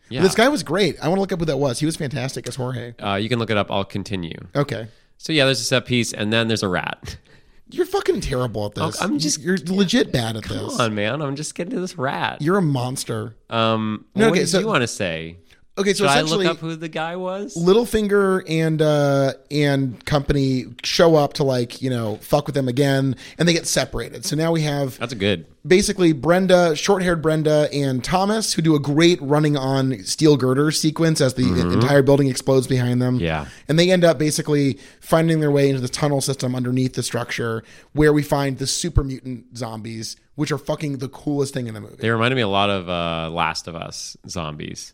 Speaker 2: Yeah.
Speaker 1: This guy was great. I want to look up who that was. He was fantastic as Jorge.
Speaker 2: Uh, you can look it up. I'll continue.
Speaker 1: Okay.
Speaker 2: So yeah, there's a set piece, and then there's a rat.
Speaker 1: You're fucking terrible at this.
Speaker 2: I'm just-
Speaker 1: You're legit bad at this.
Speaker 2: Come on, man. I'm just getting to this rat.
Speaker 1: You're a monster.
Speaker 2: Um,
Speaker 1: No,
Speaker 2: what
Speaker 1: okay,
Speaker 2: did
Speaker 1: so-
Speaker 2: you want to say?
Speaker 1: Okay, so
Speaker 2: Should I
Speaker 1: essentially,
Speaker 2: look up who the guy was?
Speaker 1: Littlefinger and uh, and company show up to like you know fuck with them again, and they get separated. So now we have
Speaker 2: That's a good.
Speaker 1: basically Brenda, short-haired Brenda, and Thomas, who do a great running on steel girder sequence as the entire building explodes behind them.
Speaker 2: Mm-hmm. Yeah.
Speaker 1: and they end up basically finding their way into the tunnel system underneath the structure, where we find the super mutant zombies, which are fucking the coolest thing in the movie.
Speaker 2: They reminded me a lot of uh, Last of Us zombies.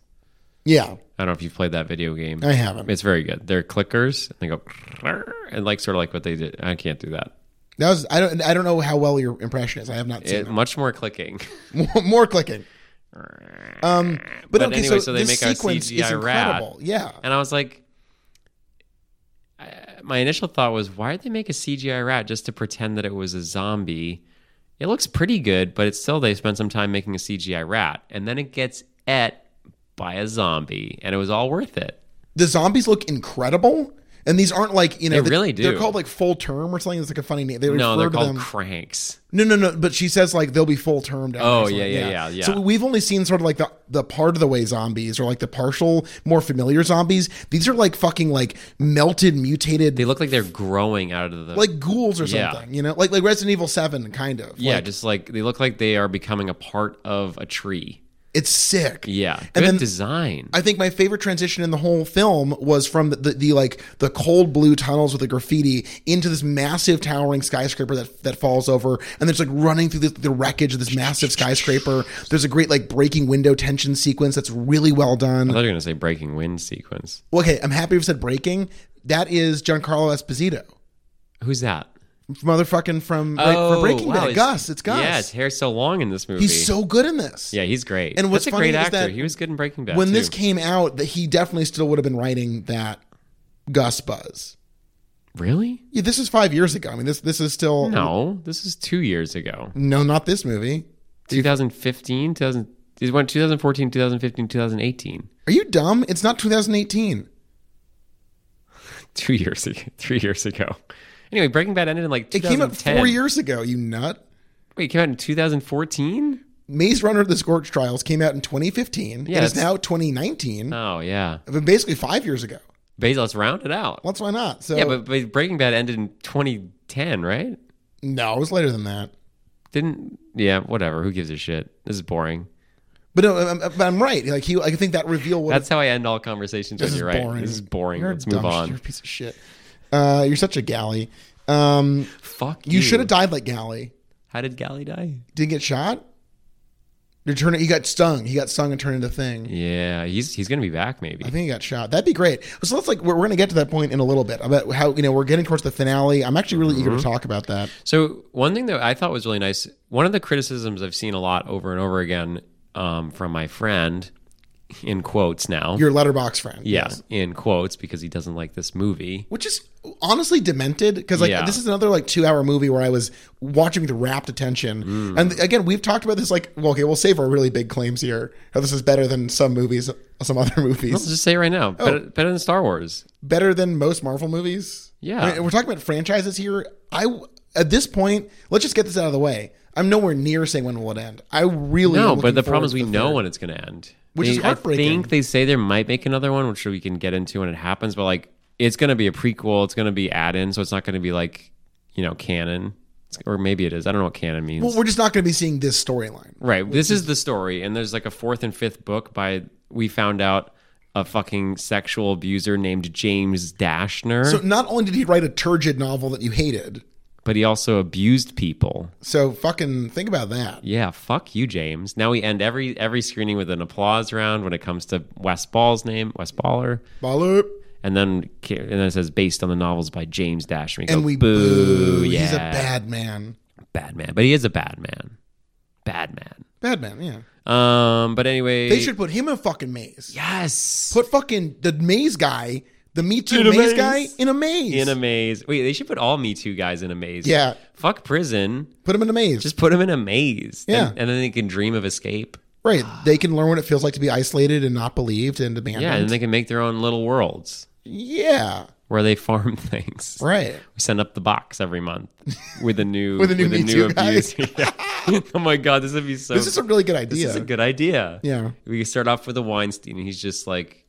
Speaker 1: Yeah,
Speaker 2: I don't know if you've played that video game.
Speaker 1: I haven't.
Speaker 2: It's very good. They're clickers and they go and like sort of like what they did. I can't do that.
Speaker 1: That was I don't I don't know how well your impression is. I have not seen
Speaker 2: It, much more clicking.
Speaker 1: it. More, more clicking. Um, but,
Speaker 2: But
Speaker 1: okay,
Speaker 2: anyway,
Speaker 1: so,
Speaker 2: so they
Speaker 1: this
Speaker 2: make our
Speaker 1: sequence is
Speaker 2: CGI rat.
Speaker 1: incredible. Yeah,
Speaker 2: And I was like, I, my initial thought was, why did they make a CGI rat just to pretend that it was a zombie? It looks pretty good, but it's still they spent some time making a CGI rat, and then it gets et by a zombie, and it was all worth it.
Speaker 1: the zombies look incredible, and these aren't like you know
Speaker 2: They
Speaker 1: the-
Speaker 2: really do.
Speaker 1: They're called like full term or something. It's like a funny name. They refer
Speaker 2: No, they're
Speaker 1: to
Speaker 2: called
Speaker 1: them.
Speaker 2: cranks.
Speaker 1: No, no, no. But she says like they'll be full termed. after
Speaker 2: Oh,
Speaker 1: something.
Speaker 2: yeah, yeah, yeah,
Speaker 1: So
Speaker 2: yeah.
Speaker 1: we've only seen sort of like the the part of the way zombies or like the partial, more familiar zombies. These are like fucking like melted, mutated,
Speaker 2: They look like they're growing out of the
Speaker 1: like ghouls or
Speaker 2: Yeah.
Speaker 1: something. You know, like like Resident Evil Seven, kind of.
Speaker 2: yeah,
Speaker 1: Like,
Speaker 2: just like they look like they are becoming a part of a tree.
Speaker 1: it's sick.
Speaker 2: Yeah, good
Speaker 1: then-
Speaker 2: design.
Speaker 1: I think my favorite transition in the whole film was from the, the, the like the cold blue tunnels with the graffiti into this massive towering skyscraper that that falls over, and there's like running through the, the wreckage of this massive skyscraper. There's a great like breaking window tension sequence that's really well
Speaker 2: I
Speaker 1: done.
Speaker 2: thought you were gonna say breaking wind sequence.
Speaker 1: Well, okay, I'm happy we've said breaking. That is Giancarlo Esposito,
Speaker 2: Who's that?
Speaker 1: motherfucking from right, from Breaking Bad.
Speaker 2: it's-
Speaker 1: Gus, it's Gus.
Speaker 2: Oh, Yeah, his hair's so long in this movie.
Speaker 1: He's so good in this.
Speaker 2: yeah, he's great.
Speaker 1: And
Speaker 2: And
Speaker 1: what's
Speaker 2: what's a great
Speaker 1: funny is
Speaker 2: actor.
Speaker 1: that
Speaker 2: he was good in Breaking Bad.
Speaker 1: when
Speaker 2: too.
Speaker 1: this came out, that he definitely still would have been writing that Gus buzz.
Speaker 2: really?
Speaker 1: Yeah, this is five years ago. I mean, this this is still no,
Speaker 2: No, this is two years ago.
Speaker 1: not this movie.
Speaker 2: 2015, 2000. It went 2014, 2015, 2018.
Speaker 1: Are you dumb? It's not 2018.
Speaker 2: Two years ago. Three years ago. Anyway, Breaking Bad ended in like
Speaker 1: It came
Speaker 2: 2010.
Speaker 1: out four years ago. You nut.
Speaker 2: Wait, it came out in 2014?
Speaker 1: Maze Runner: The Scorch Trials came out in 2015.
Speaker 2: Yeah,
Speaker 1: it is
Speaker 2: it's-
Speaker 1: now 2019.
Speaker 2: Oh yeah.
Speaker 1: but basically five years ago.
Speaker 2: Basil, let's round it out.
Speaker 1: That's why not. So
Speaker 2: Yeah, but, but Breaking Bad ended in 2010, right?
Speaker 1: no, it was later than that.
Speaker 2: Didn't? Yeah, whatever. Who gives a shit? This is boring.
Speaker 1: But no, I'm, I'm- but I'm right. Like he, I think that reveal would.
Speaker 2: That's how I end all conversations when
Speaker 1: is
Speaker 2: you're right.
Speaker 1: boring.
Speaker 2: This is boring.
Speaker 1: You're a
Speaker 2: Let's move
Speaker 1: dumb- You're a
Speaker 2: on.
Speaker 1: piece of shit. Uh, you're such a galley. Um,
Speaker 2: Fuck you.
Speaker 1: you should have died like galley.
Speaker 2: How did Galley die?
Speaker 1: Didn't get shot. You turn it. He got stung. He got stung and turned into thing.
Speaker 2: Yeah, he's he's gonna be back maybe.
Speaker 1: I think he got shot. That'd be great. So let's like we're, we're going to get to that point in a little bit about how you know we're getting towards the finale. I'm actually really
Speaker 2: Mm-hmm.
Speaker 1: eager to talk about that.
Speaker 2: So one thing that I thought was really nice, one of the criticisms I've seen a lot over and over again um, from my friend, in quotes now.
Speaker 1: Your letterbox friend,
Speaker 2: yes, in quotes because he doesn't like this movie.
Speaker 1: which is honestly demented because like
Speaker 2: Yeah.
Speaker 1: this is another like two hour movie where I was watching with rapt attention.
Speaker 2: Mm.
Speaker 1: And again, we've talked about this like well, okay, we'll save our really big claims here. How this is better than some movies, some other
Speaker 2: Let's
Speaker 1: movies,
Speaker 2: just say it right
Speaker 1: Oh.
Speaker 2: now, better, better than Star Wars.
Speaker 1: better than most Marvel movies.
Speaker 2: Yeah.
Speaker 1: I mean, we're talking about franchises here. I at this point, let's just get this out of the way. I'm nowhere near saying when will it end. I really am
Speaker 2: No,
Speaker 1: looking
Speaker 2: but the problem
Speaker 1: forward
Speaker 2: is
Speaker 1: to
Speaker 2: we
Speaker 1: the
Speaker 2: know
Speaker 1: third.
Speaker 2: when it's going to end.
Speaker 1: Which is
Speaker 2: They-
Speaker 1: heartbreaking.
Speaker 2: I think they say there might make another one, which we can get into when it happens. But like, it's going to be a prequel. It's going to be add-in, so it's not going to be like, you know, canon, It's- or maybe it is. I don't know what canon means.
Speaker 1: Well, we're just not going to be seeing this storyline.
Speaker 2: right. This is the story, and there's like a fourth and fifth book by we found out a fucking sexual abuser named James Dashner,
Speaker 1: So not only did he write a turgid novel that you hated,
Speaker 2: but he also abused people.
Speaker 1: so fucking think about that.
Speaker 2: Yeah, fuck you, James. Now we end every every screening with an applause round when it comes to Wes Ball's name, Wes Baller.
Speaker 1: Baller.
Speaker 2: and then and then it says based on the novels by James Dash. And, we go,
Speaker 1: And we boo.
Speaker 2: boo,
Speaker 1: He's a
Speaker 2: yeah,
Speaker 1: bad man.
Speaker 2: bad man, but he is a bad man, bad man.
Speaker 1: Bad man, yeah.
Speaker 2: Um, but anyway,
Speaker 1: They should put him in a fucking maze.
Speaker 2: yes
Speaker 1: Put fucking the maze guy, the Me Too
Speaker 2: In a
Speaker 1: maze,
Speaker 2: maze.
Speaker 1: guy, in a maze.
Speaker 2: in a maze. Wait, they should put all Me Too guys in a maze.
Speaker 1: Yeah.
Speaker 2: fuck prison.
Speaker 1: put him in a maze.
Speaker 2: Just put them in a maze.
Speaker 1: Yeah.
Speaker 2: and, and then they can dream of escape.
Speaker 1: right. They can learn what it feels like to be isolated and not believed and abandoned.
Speaker 2: Yeah,
Speaker 1: Yeah.
Speaker 2: and they can make their own little worlds where they farm things.
Speaker 1: Right.
Speaker 2: We send up the box every month with a new
Speaker 1: With a new Me Too guy.
Speaker 2: Yeah. oh my god, this would be so.
Speaker 1: This is a really good
Speaker 2: This
Speaker 1: idea.
Speaker 2: is a good idea.
Speaker 1: yeah.
Speaker 2: We could start off with a Weinstein, and he's just like,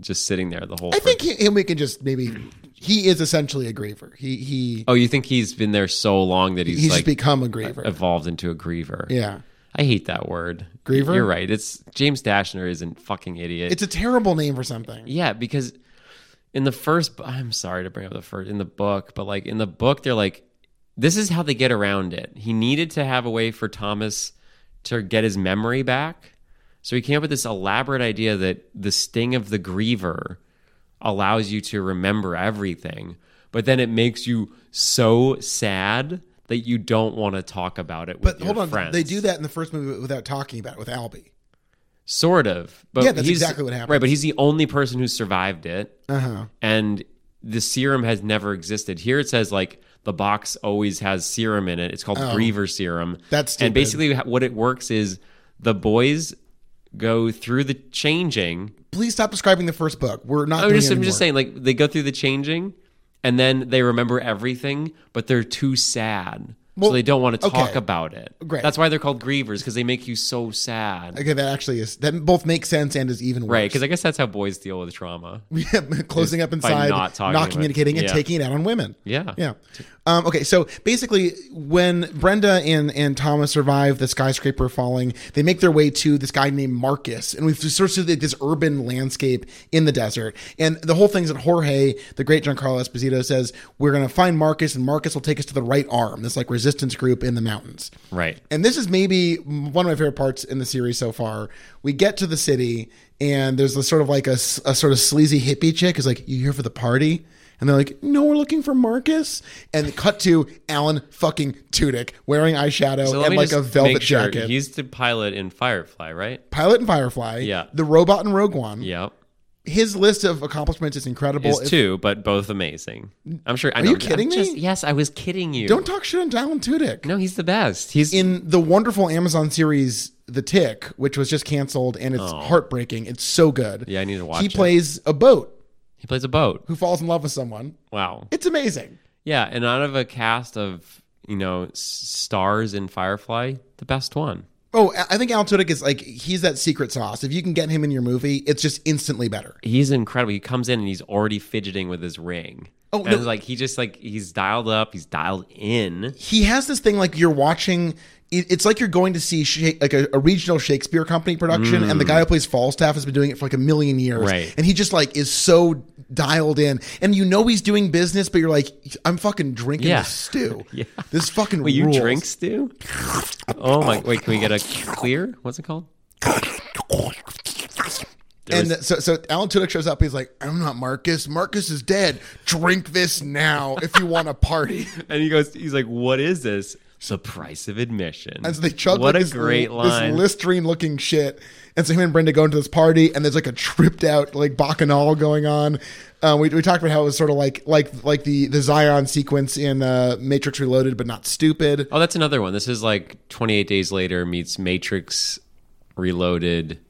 Speaker 2: just sitting there the whole.
Speaker 1: I think he- him we can just maybe he is essentially a griever. He he
Speaker 2: Oh, you think he's been there so long that he's,
Speaker 1: he's
Speaker 2: like
Speaker 1: just become a griever.
Speaker 2: evolved into a griever?
Speaker 1: yeah.
Speaker 2: I hate that word.
Speaker 1: Griever?
Speaker 2: You're right. It's James Dashner is a fucking idiot.
Speaker 1: It's a terrible name for something.
Speaker 2: yeah, because in the first, bu- I'm sorry to bring up the first in the book, but like in the book, they're like, this is how they get around it. He needed to have a way for Thomas to get his memory back. So he came up with this elaborate idea that the sting of the griever allows you to remember everything, but then it makes you so sad that you don't want to talk about it with
Speaker 1: But
Speaker 2: your
Speaker 1: hold on,
Speaker 2: friends.
Speaker 1: they do that in the first movie without talking about it with Albie.
Speaker 2: sort of. But
Speaker 1: Yeah, that's
Speaker 2: he's-
Speaker 1: exactly what
Speaker 2: Right, but
Speaker 1: happens.
Speaker 2: he's the only person who survived it,
Speaker 1: Uh huh.
Speaker 2: and the serum has never existed. Here it says like the box always has serum in it. It's called griever serum.
Speaker 1: Oh. That's stupid.
Speaker 2: and basically ha- what it works is the boys go through the changing
Speaker 1: Please stop describing the first book. We're not.
Speaker 2: I'm
Speaker 1: doing
Speaker 2: just,
Speaker 1: it
Speaker 2: I'm just
Speaker 1: anymore.
Speaker 2: saying, like they go through the changing, and then they remember everything, but they're too sad,
Speaker 1: Well,
Speaker 2: so they don't want to talk
Speaker 1: okay.
Speaker 2: about it.
Speaker 1: Great.
Speaker 2: That's why they're called grievers because they make you so sad,
Speaker 1: Okay, that actually is that both makes sense and is even worse.
Speaker 2: right? Because I guess that's how boys deal with trauma.
Speaker 1: Yeah, closing up inside,
Speaker 2: not
Speaker 1: not,
Speaker 2: talking about-
Speaker 1: communicating, and
Speaker 2: yeah.
Speaker 1: taking it out on women.
Speaker 2: Yeah.
Speaker 1: yeah. Um, okay, so basically, when Brenda and and Thomas survive the skyscraper falling, they make their way to this guy named Marcus, and we've sort of see this urban landscape in the desert. And the whole thing is that Jorge, the great Giancarlo Esposito, says we're going to find Marcus, and Marcus will take us to the right arm, this like resistance group in the mountains.
Speaker 2: Right.
Speaker 1: And this is maybe one of my favorite parts in the series so far. We get to the city, and there's this sort of like a, s- a sort of sleazy hippie chick is like, "You here for the party?" And they're like, "No, we're looking for Marcus." And cut to Alan fucking Tudyk wearing eyeshadow
Speaker 2: So let
Speaker 1: and
Speaker 2: me
Speaker 1: like a
Speaker 2: just
Speaker 1: velvet
Speaker 2: make sure.
Speaker 1: jacket.
Speaker 2: He's the pilot in Firefly, right?
Speaker 1: Pilot and Firefly,
Speaker 2: Yeah.
Speaker 1: the robot and Rogue One.
Speaker 2: Yep.
Speaker 1: His list of accomplishments is incredible.
Speaker 2: Is
Speaker 1: If-
Speaker 2: two, but both amazing. I'm sure. I know,
Speaker 1: you
Speaker 2: I'm
Speaker 1: kidding me?
Speaker 2: just- yes, I was kidding you.
Speaker 1: Don't talk shit on Alan Tudyk.
Speaker 2: No, he's the best. He's
Speaker 1: in the wonderful Amazon series The Tick, which was just canceled and it's heartbreaking. It's so good.
Speaker 2: Oh. Yeah, I need to watch
Speaker 1: He
Speaker 2: it.
Speaker 1: plays a boat
Speaker 2: he plays a boat.
Speaker 1: who falls in love with someone.
Speaker 2: Wow.
Speaker 1: It's amazing.
Speaker 2: Yeah, and out of a cast of you know s- stars in Firefly, the best one.
Speaker 1: Oh, I- I think Al Tudyk is like he's that secret sauce. If you can get him in your movie, it's just instantly better.
Speaker 2: He's incredible. He comes in and he's already fidgeting with his ring.
Speaker 1: Oh,
Speaker 2: and
Speaker 1: no.
Speaker 2: it's like he just like he's dialed up. He's dialed in.
Speaker 1: He has this thing like you're watching. it- It's like you're going to see Sha- like a, a regional Shakespeare company production, and the guy who plays Falstaff has been doing it for like a million years,
Speaker 2: Mm. Right.
Speaker 1: And he just like is so dialed in, and you know he's doing business, but you're like, I'm fucking drinking
Speaker 2: Yeah.
Speaker 1: this stew.
Speaker 2: Yeah.
Speaker 1: This fucking
Speaker 2: Wait, you
Speaker 1: rules.
Speaker 2: drink stew? Oh my! Wait, can we get a clear? What's it called? There
Speaker 1: and
Speaker 2: was-
Speaker 1: so, so Alan Tudyk shows up. He's like, "I'm not Marcus. Marcus is dead. Drink this now if you want to party."
Speaker 2: and he goes. He's like, "What is this? The price of admission."
Speaker 1: And so they chug
Speaker 2: what
Speaker 1: like,
Speaker 2: a
Speaker 1: this,
Speaker 2: great line.
Speaker 1: this Listerine-looking shit. And so him and Brenda go into this party, and there's like a tripped out like bacchanal going on. Uh, we, we talked about how it was sort of like like like the the Zion sequence in uh, Matrix Reloaded, but not stupid.
Speaker 2: Oh, that's another one. This is like 28 Days Later meets Matrix Reloaded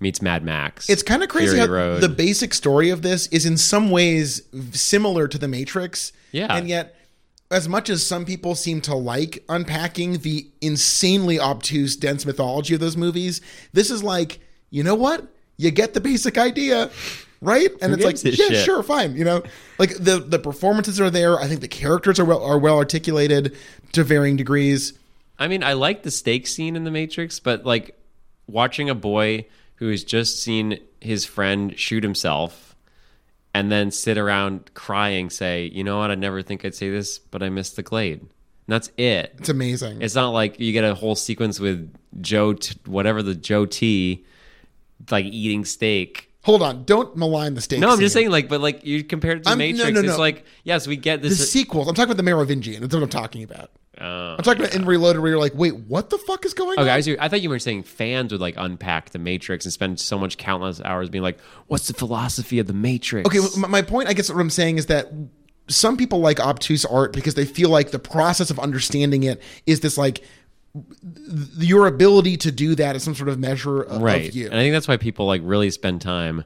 Speaker 2: meets Mad Max.
Speaker 1: It's kind of crazy
Speaker 2: Fury
Speaker 1: how
Speaker 2: Road.
Speaker 1: the basic story of this is in some ways similar to the Matrix.
Speaker 2: Yeah.
Speaker 1: And yet, as much as some people seem to like unpacking the insanely obtuse, dense mythology of those movies, this is like, you know what? You get the basic idea. Right, and it's like,
Speaker 2: gives a
Speaker 1: yeah,
Speaker 2: shit?
Speaker 1: sure, fine. You know, like the the performances are there. I think the characters are well are well articulated to varying degrees.
Speaker 2: I mean, I like the steak scene in The Matrix, but like watching a boy who has just seen his friend shoot himself and then sit around crying, say, you know what? I never think I'd say this, but I missed the glade. And that's it.
Speaker 1: It's amazing.
Speaker 2: It's not like you get a whole sequence with Joe, t- whatever the Joe T, like eating steak.
Speaker 1: Hold on, don't malign the stakes.
Speaker 2: No, I'm just saying, like, but like you compare it to
Speaker 1: I'm- no,
Speaker 2: Matrix,
Speaker 1: no, no.
Speaker 2: it's like, yes, we get
Speaker 1: the
Speaker 2: this.
Speaker 1: sequels. I'm talking about the Merovingian. That's what I'm talking about.
Speaker 2: Oh.
Speaker 1: I'm talking about in Reloaded where you're like, wait, what the fuck is going
Speaker 2: Okay, I,
Speaker 1: on?
Speaker 2: was, I thought you were saying fans would like unpack the Matrix and spend so much countless hours being like, "What's the philosophy of the Matrix?"
Speaker 1: Okay, my, my point, I guess, what I'm saying is that some people like obtuse art because they feel like the process of understanding it is this like th- your ability to do that is some sort of measure of, of
Speaker 2: right.
Speaker 1: you.
Speaker 2: And I think that's why people like really spend time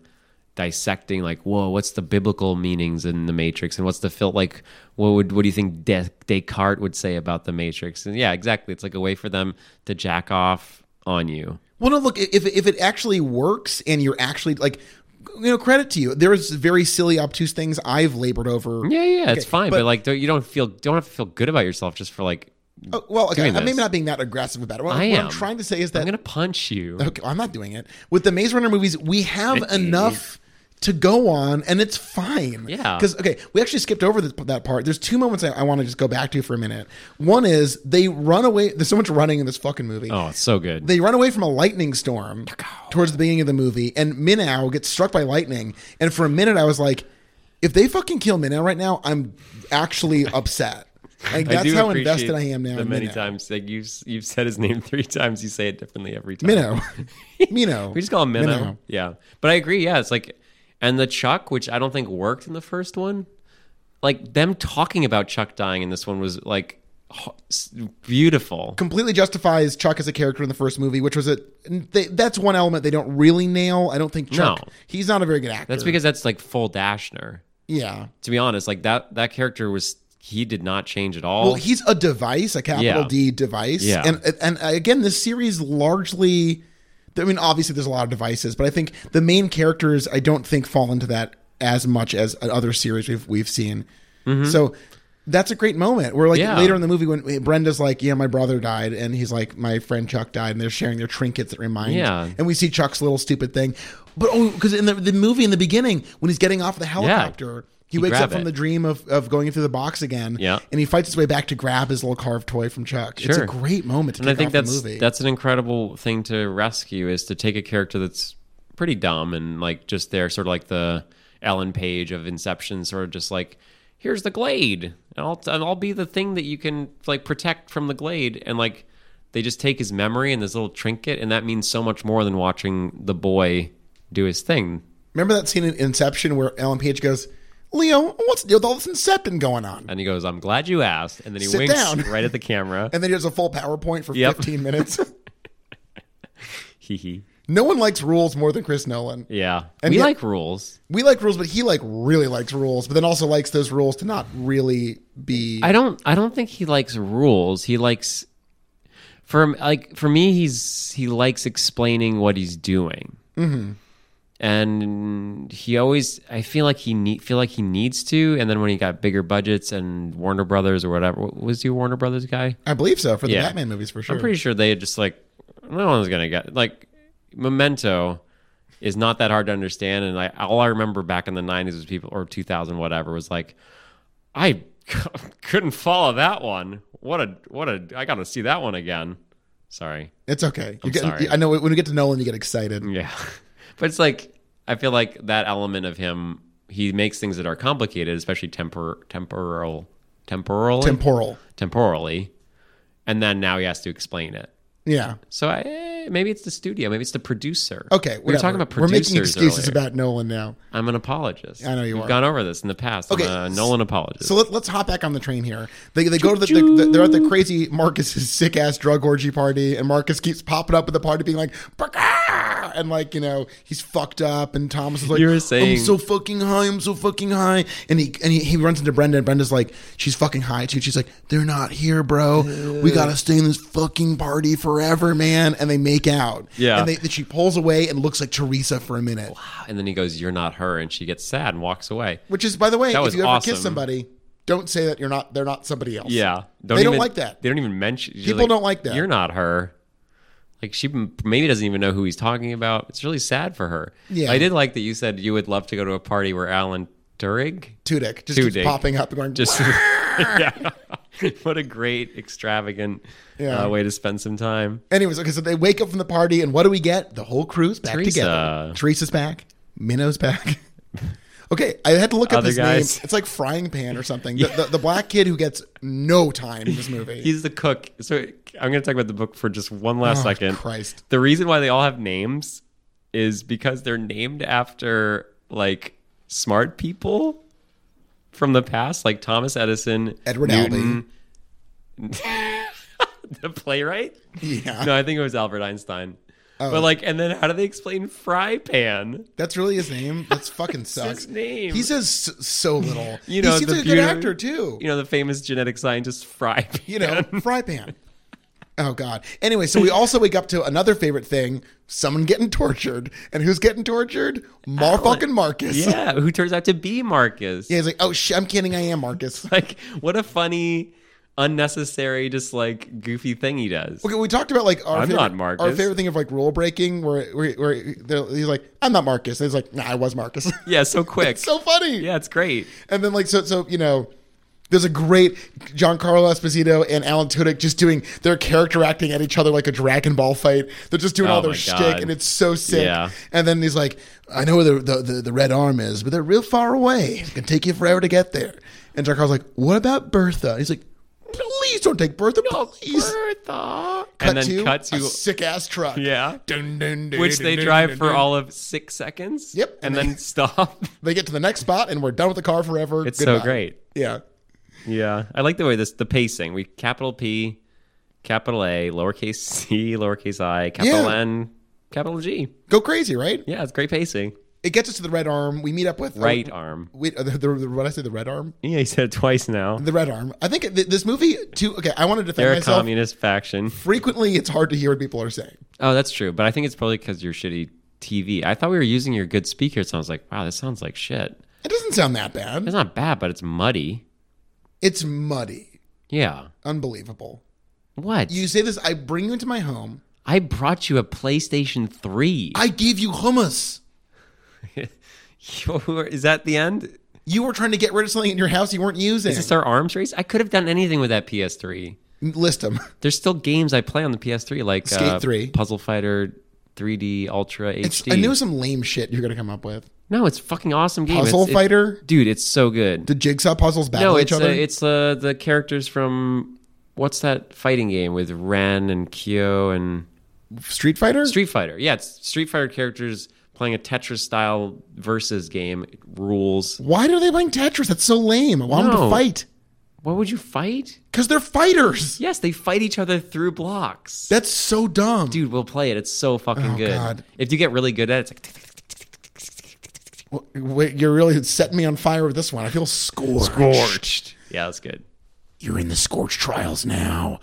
Speaker 2: dissecting, like, "Whoa, what's the biblical meanings in the Matrix?" and what's the fil like, what would what do you think De- Descartes would say about the Matrix? And yeah, exactly. It's like a way for them to jack off on you.
Speaker 1: Well, no, look, if if it actually works and you're actually like, you know, credit to you. There's very silly, obtuse things I've labored over.
Speaker 2: Yeah, yeah, it's fine, but,
Speaker 1: but-
Speaker 2: like, don't, you don't feel don't have to feel good about yourself just for like.
Speaker 1: Oh, well, okay,
Speaker 2: Doing
Speaker 1: I'm maybe
Speaker 2: this.
Speaker 1: not being that aggressive about it. What,
Speaker 2: I
Speaker 1: what
Speaker 2: am.
Speaker 1: I'm trying to say is that
Speaker 2: I'm gonna punch you.
Speaker 1: Okay, I'm not doing it. With the Maze Runner movies, we have enough to go on, and it's fine.
Speaker 2: Yeah.
Speaker 1: Because okay, we actually skipped over this, that part. There's two moments I, I want to just go back to for a minute. One is they run away. There's so much running in this fucking movie.
Speaker 2: Oh, it's so good.
Speaker 1: They run away from a lightning storm towards the beginning of the movie, and Minnow gets struck by lightning. And for a minute, I was like, if they fucking kill Minnow right now, I'm actually upset. Like,
Speaker 2: I
Speaker 1: that's
Speaker 2: do
Speaker 1: how
Speaker 2: appreciate
Speaker 1: invested I am now.
Speaker 2: The
Speaker 1: in
Speaker 2: many
Speaker 1: Minnow.
Speaker 2: times that you've you've said his name three times, you say it differently every time.
Speaker 1: Minnow. Minnow.
Speaker 2: We just call him Minnow.
Speaker 1: Minnow.
Speaker 2: Yeah. But I agree. Yeah. It's like, and the Chuck, which I don't think worked in the first one, like them talking about Chuck dying in this one was like ho- s- beautiful.
Speaker 1: completely justifies Chuck as a character in the first movie, which was a they, that's one element they don't really nail. I don't think Chuck.
Speaker 2: No.
Speaker 1: He's not a very good actor.
Speaker 2: That's because that's like full Dashner.
Speaker 1: yeah.
Speaker 2: To be honest, like that that character was he did not change at all.
Speaker 1: Well, he's a device, a capital
Speaker 2: Yeah.
Speaker 1: D device.
Speaker 2: Yeah.
Speaker 1: And and again, this series largely I mean, obviously there's a lot of devices, but I think the main characters I don't think fall into that as much as other series we've we've seen. So that's a great moment where like
Speaker 2: Mm-hmm. Yeah.
Speaker 1: later in the movie when Brenda's like, Yeah, my brother died and he's like, My friend Chuck died and they're sharing their trinkets that remind
Speaker 2: Yeah.
Speaker 1: and we see Chuck's little stupid thing. But oh because in the, the movie in the beginning, when he's getting off the helicopter, he, wakes up
Speaker 2: grabbed
Speaker 1: from
Speaker 2: it.
Speaker 1: the dream of, of going through the box again
Speaker 2: Yeah.
Speaker 1: and he fights his way back to grab his little carved toy from Chuck. It's a
Speaker 2: Sure.
Speaker 1: great moment to
Speaker 2: and I
Speaker 1: kick
Speaker 2: think
Speaker 1: off
Speaker 2: that's
Speaker 1: the movie.
Speaker 2: that's an incredible thing to rescue is to take a character that's pretty dumb and like just there, sort of like the Ellen Page of Inception, sort of just like here's the glade, and I'll and I'll be the thing that you can like protect from the glade, and like they just take his memory and this little trinket, and that means so much more than watching the boy do his thing.
Speaker 1: Remember that scene in Inception where Ellen Page goes, Leo, what's the deal with all this incepting going on?
Speaker 2: And he goes, "I'm glad you asked," and then he
Speaker 1: Sit
Speaker 2: winks
Speaker 1: down.
Speaker 2: right at the camera.
Speaker 1: And then he does a full PowerPoint for
Speaker 2: Yep.
Speaker 1: 15 minutes.
Speaker 2: Hee hee.
Speaker 1: no one likes rules more than Chris Nolan.
Speaker 2: Yeah,
Speaker 1: And
Speaker 2: we
Speaker 1: yet-
Speaker 2: like rules.
Speaker 1: We like rules, but he like really likes rules, but then also likes those rules to not really be
Speaker 2: I don't I don't think he likes rules. He likes for like for me he's he likes explaining what he's doing. Mm-hmm. And he always I feel like he need feel like he needs to and then when he got bigger budgets and Warner Brothers or whatever what was he a Warner Brothers guy?
Speaker 1: I believe so for the
Speaker 2: Yeah.
Speaker 1: Batman movies for sure.
Speaker 2: I'm pretty sure they had just like no one's gonna get like Memento is not that hard to understand, and I all I remember back in the '90s was people or 2000 whatever was like I couldn't follow that one. What a what a I gotta see that one again. Sorry,
Speaker 1: it's okay. You're getting,
Speaker 2: sorry. Mm.
Speaker 1: I know when we get to Nolan you get excited.
Speaker 2: yeah, but it's like I feel like that element of him he makes things that are complicated, especially tempor temporal temporally
Speaker 1: Temporal.
Speaker 2: temporally, and then now he has to explain it.
Speaker 1: Yeah.
Speaker 2: So I, eh, maybe it's the studio, maybe it's the producer.
Speaker 1: Okay,
Speaker 2: we were talking
Speaker 1: whatever.
Speaker 2: about
Speaker 1: We're
Speaker 2: producers.
Speaker 1: making excuses
Speaker 2: earlier.
Speaker 1: about Nolan now.
Speaker 2: I'm an apologist.
Speaker 1: I know you
Speaker 2: We've
Speaker 1: are.
Speaker 2: gone over this in the past.
Speaker 1: Okay,
Speaker 2: I'm a
Speaker 1: s-
Speaker 2: Nolan apologist.
Speaker 1: So let, let's hop back on the train here. They, they go to the, the, they're at the crazy Marcus's sick ass drug orgy party, and Marcus keeps popping up at the party being like, "Baka!" and like you know he's fucked up, and Thomas is like,
Speaker 2: You were saying-
Speaker 1: I'm so fucking high, I'm so fucking high," and he and he, he runs into Brenda, and Brenda's like, "She's fucking high too." She's like, "They're not here, bro. We gotta stay in this fucking party forever, man." And they make out.
Speaker 2: Yeah.
Speaker 1: and they, she pulls away and looks like Teresa for a minute,
Speaker 2: and then he goes, "You're not her," and she gets sad and walks away.
Speaker 1: which is by the way,
Speaker 2: That
Speaker 1: if
Speaker 2: was
Speaker 1: you ever
Speaker 2: awesome.
Speaker 1: kiss somebody. Don't say that you're not. They're not somebody else.
Speaker 2: Yeah,
Speaker 1: They don't
Speaker 2: even-
Speaker 1: like that.
Speaker 2: They don't even mention. she's
Speaker 1: People don't like that.
Speaker 2: You're not her. Like she m- maybe doesn't even know who he's talking about. It's really sad for her.
Speaker 1: Yeah.
Speaker 2: I did like that you said you would love to go to a party where Alan Turing
Speaker 1: Tudyk just keeps
Speaker 2: Tudyk.
Speaker 1: popping up and going.
Speaker 2: just yeah. what a great extravagant
Speaker 1: Yeah.
Speaker 2: uh, way to spend some time.
Speaker 1: Anyways, okay, so they wake up from the party, and what do we get? The whole crew's back
Speaker 2: Teresa.
Speaker 1: together. Teresa's back. Minnow's back. okay, I had to look up
Speaker 2: Other
Speaker 1: his
Speaker 2: guys.
Speaker 1: name. It's like frying pan or something. the, the, the black kid who gets no time in this movie.
Speaker 2: He's the cook. So I'm going to talk about the book for just one last
Speaker 1: Oh,
Speaker 2: second.
Speaker 1: Christ.
Speaker 2: The reason why they all have names is because they're named after like smart people from the past, like Thomas Edison,
Speaker 1: Edward
Speaker 2: Newton, the playwright.
Speaker 1: yeah,
Speaker 2: No, I think it was Albert Einstein.
Speaker 1: Oh.
Speaker 2: But like, and then how do they explain fry pan?
Speaker 1: that's really his name. That's fucking sucks.
Speaker 2: his name.
Speaker 1: He says so, so little.
Speaker 2: You know,
Speaker 1: Uh, he seems
Speaker 2: the
Speaker 1: like a good
Speaker 2: beauty-
Speaker 1: actor too.
Speaker 2: You know, the famous genetic scientist fry pan.
Speaker 1: you know, fry pan. Oh God. Anyway, so we also wake up to another favorite thing: someone getting tortured, and who's getting tortured? Mar fucking Marcus.
Speaker 2: yeah, who turns out to be Marcus.
Speaker 1: Yeah, he's like, oh, sh- I'm kidding. I am Marcus.
Speaker 2: like what a funny unnecessary, just like goofy thing he does.
Speaker 1: Okay, we talked about like our
Speaker 2: I'm
Speaker 1: favorite,
Speaker 2: not Marcus.
Speaker 1: our favorite thing of like rule breaking, where where, where they're- he's like, "I'm not Marcus." And he's like, "Nah, I was Marcus."
Speaker 2: Yeah, so quick.
Speaker 1: so funny.
Speaker 2: yeah, it's great.
Speaker 1: And then like so so you know, there's a great Giancarlo Esposito and Alan Tudyk just doing their character acting at each other like a Dragon Ball fight. They're just doing
Speaker 2: Oh
Speaker 1: all their
Speaker 2: my
Speaker 1: shtick,
Speaker 2: God.
Speaker 1: and it's so sick.
Speaker 2: Yeah.
Speaker 1: And then he's like, "I know where the, the the the red arm is, but they're real far away. It's gonna take you forever to get there." And Giancarlo's like, "What about Bertha?" And he's like, "Please don't take Bertha, please."
Speaker 2: Bertha.
Speaker 1: Cut
Speaker 2: and then
Speaker 1: to
Speaker 2: cut to
Speaker 1: a sick ass truck.
Speaker 2: yeah,
Speaker 1: Dun, dun, dun,
Speaker 2: which
Speaker 1: dun,
Speaker 2: they
Speaker 1: dun,
Speaker 2: drive
Speaker 1: dun,
Speaker 2: for
Speaker 1: dun.
Speaker 2: all of six seconds.
Speaker 1: Yep,
Speaker 2: and
Speaker 1: and they-
Speaker 2: then stop.
Speaker 1: They get to the next spot, and we're done with the car forever.
Speaker 2: It's so
Speaker 1: Goodbye.
Speaker 2: great.
Speaker 1: Yeah.
Speaker 2: Yeah, I like the way this the pacing. We capital P, capital A, lowercase c, lowercase i, capital
Speaker 1: Yeah.
Speaker 2: N, capital G.
Speaker 1: Go crazy, right?
Speaker 2: Yeah, it's great pacing.
Speaker 1: It gets us to the red arm. We meet up with
Speaker 2: Right arm.
Speaker 1: Wait, uh, the, the, the, when I say the red arm,
Speaker 2: Yeah, he said it twice now.
Speaker 1: the red arm. I think th- this movie too. Okay, I want to defend
Speaker 2: They're a
Speaker 1: myself.
Speaker 2: communist faction.
Speaker 1: Frequently, it's hard to hear what people are saying.
Speaker 2: Oh, that's true. But I think it's probably because your shitty TV. I thought we were using your good speakers. And I was like, wow, this sounds like shit.
Speaker 1: It doesn't sound that bad.
Speaker 2: It's not bad, but it's muddy.
Speaker 1: It's muddy,
Speaker 2: Yeah.
Speaker 1: unbelievable.
Speaker 2: What?
Speaker 1: You say this. I bring you into my home.
Speaker 2: I brought you a PlayStation 3.
Speaker 1: I gave you hummus.
Speaker 2: You were- Is that the end?
Speaker 1: You were trying to get rid of something in your house you weren't using.
Speaker 2: Is this our arms race? I could have done anything with that PS3.
Speaker 1: List them.
Speaker 2: There's still games I play on the PS3, like uh,
Speaker 1: Skate 3.
Speaker 2: Puzzle Fighter 3D Ultra HD.
Speaker 1: It's, I knew some lame shit you're gonna come up with.
Speaker 2: no, it's a fucking awesome game. It's-
Speaker 1: Puzzle
Speaker 2: it-
Speaker 1: Fighter.
Speaker 2: dude, it's so good.
Speaker 1: the jigsaw puzzles battle
Speaker 2: No,
Speaker 1: each
Speaker 2: it's uh,
Speaker 1: other.
Speaker 2: it's uh, the characters from what's that fighting game with Ren and Kyo and
Speaker 1: Street Fighter.
Speaker 2: Street Fighter. Yeah, it's Street Fighter characters playing a Tetris style versus game It rules.
Speaker 1: Why are they playing Tetris? That's so lame. I want them to
Speaker 2: No.
Speaker 1: fight
Speaker 2: What would you fight?
Speaker 1: because they're fighters.
Speaker 2: Yes, they fight each other through blocks.
Speaker 1: That's so dumb.
Speaker 2: Dude, we'll play it. It's so fucking
Speaker 1: Oh,
Speaker 2: good.
Speaker 1: God.
Speaker 2: If you get really good at it, it's like tick, tick, tick, tick,
Speaker 1: W- Wait, you're really setting me on fire with this one. I feel scorched.
Speaker 2: scorched. Yeah, that's good.
Speaker 1: You're in the scorched trials now.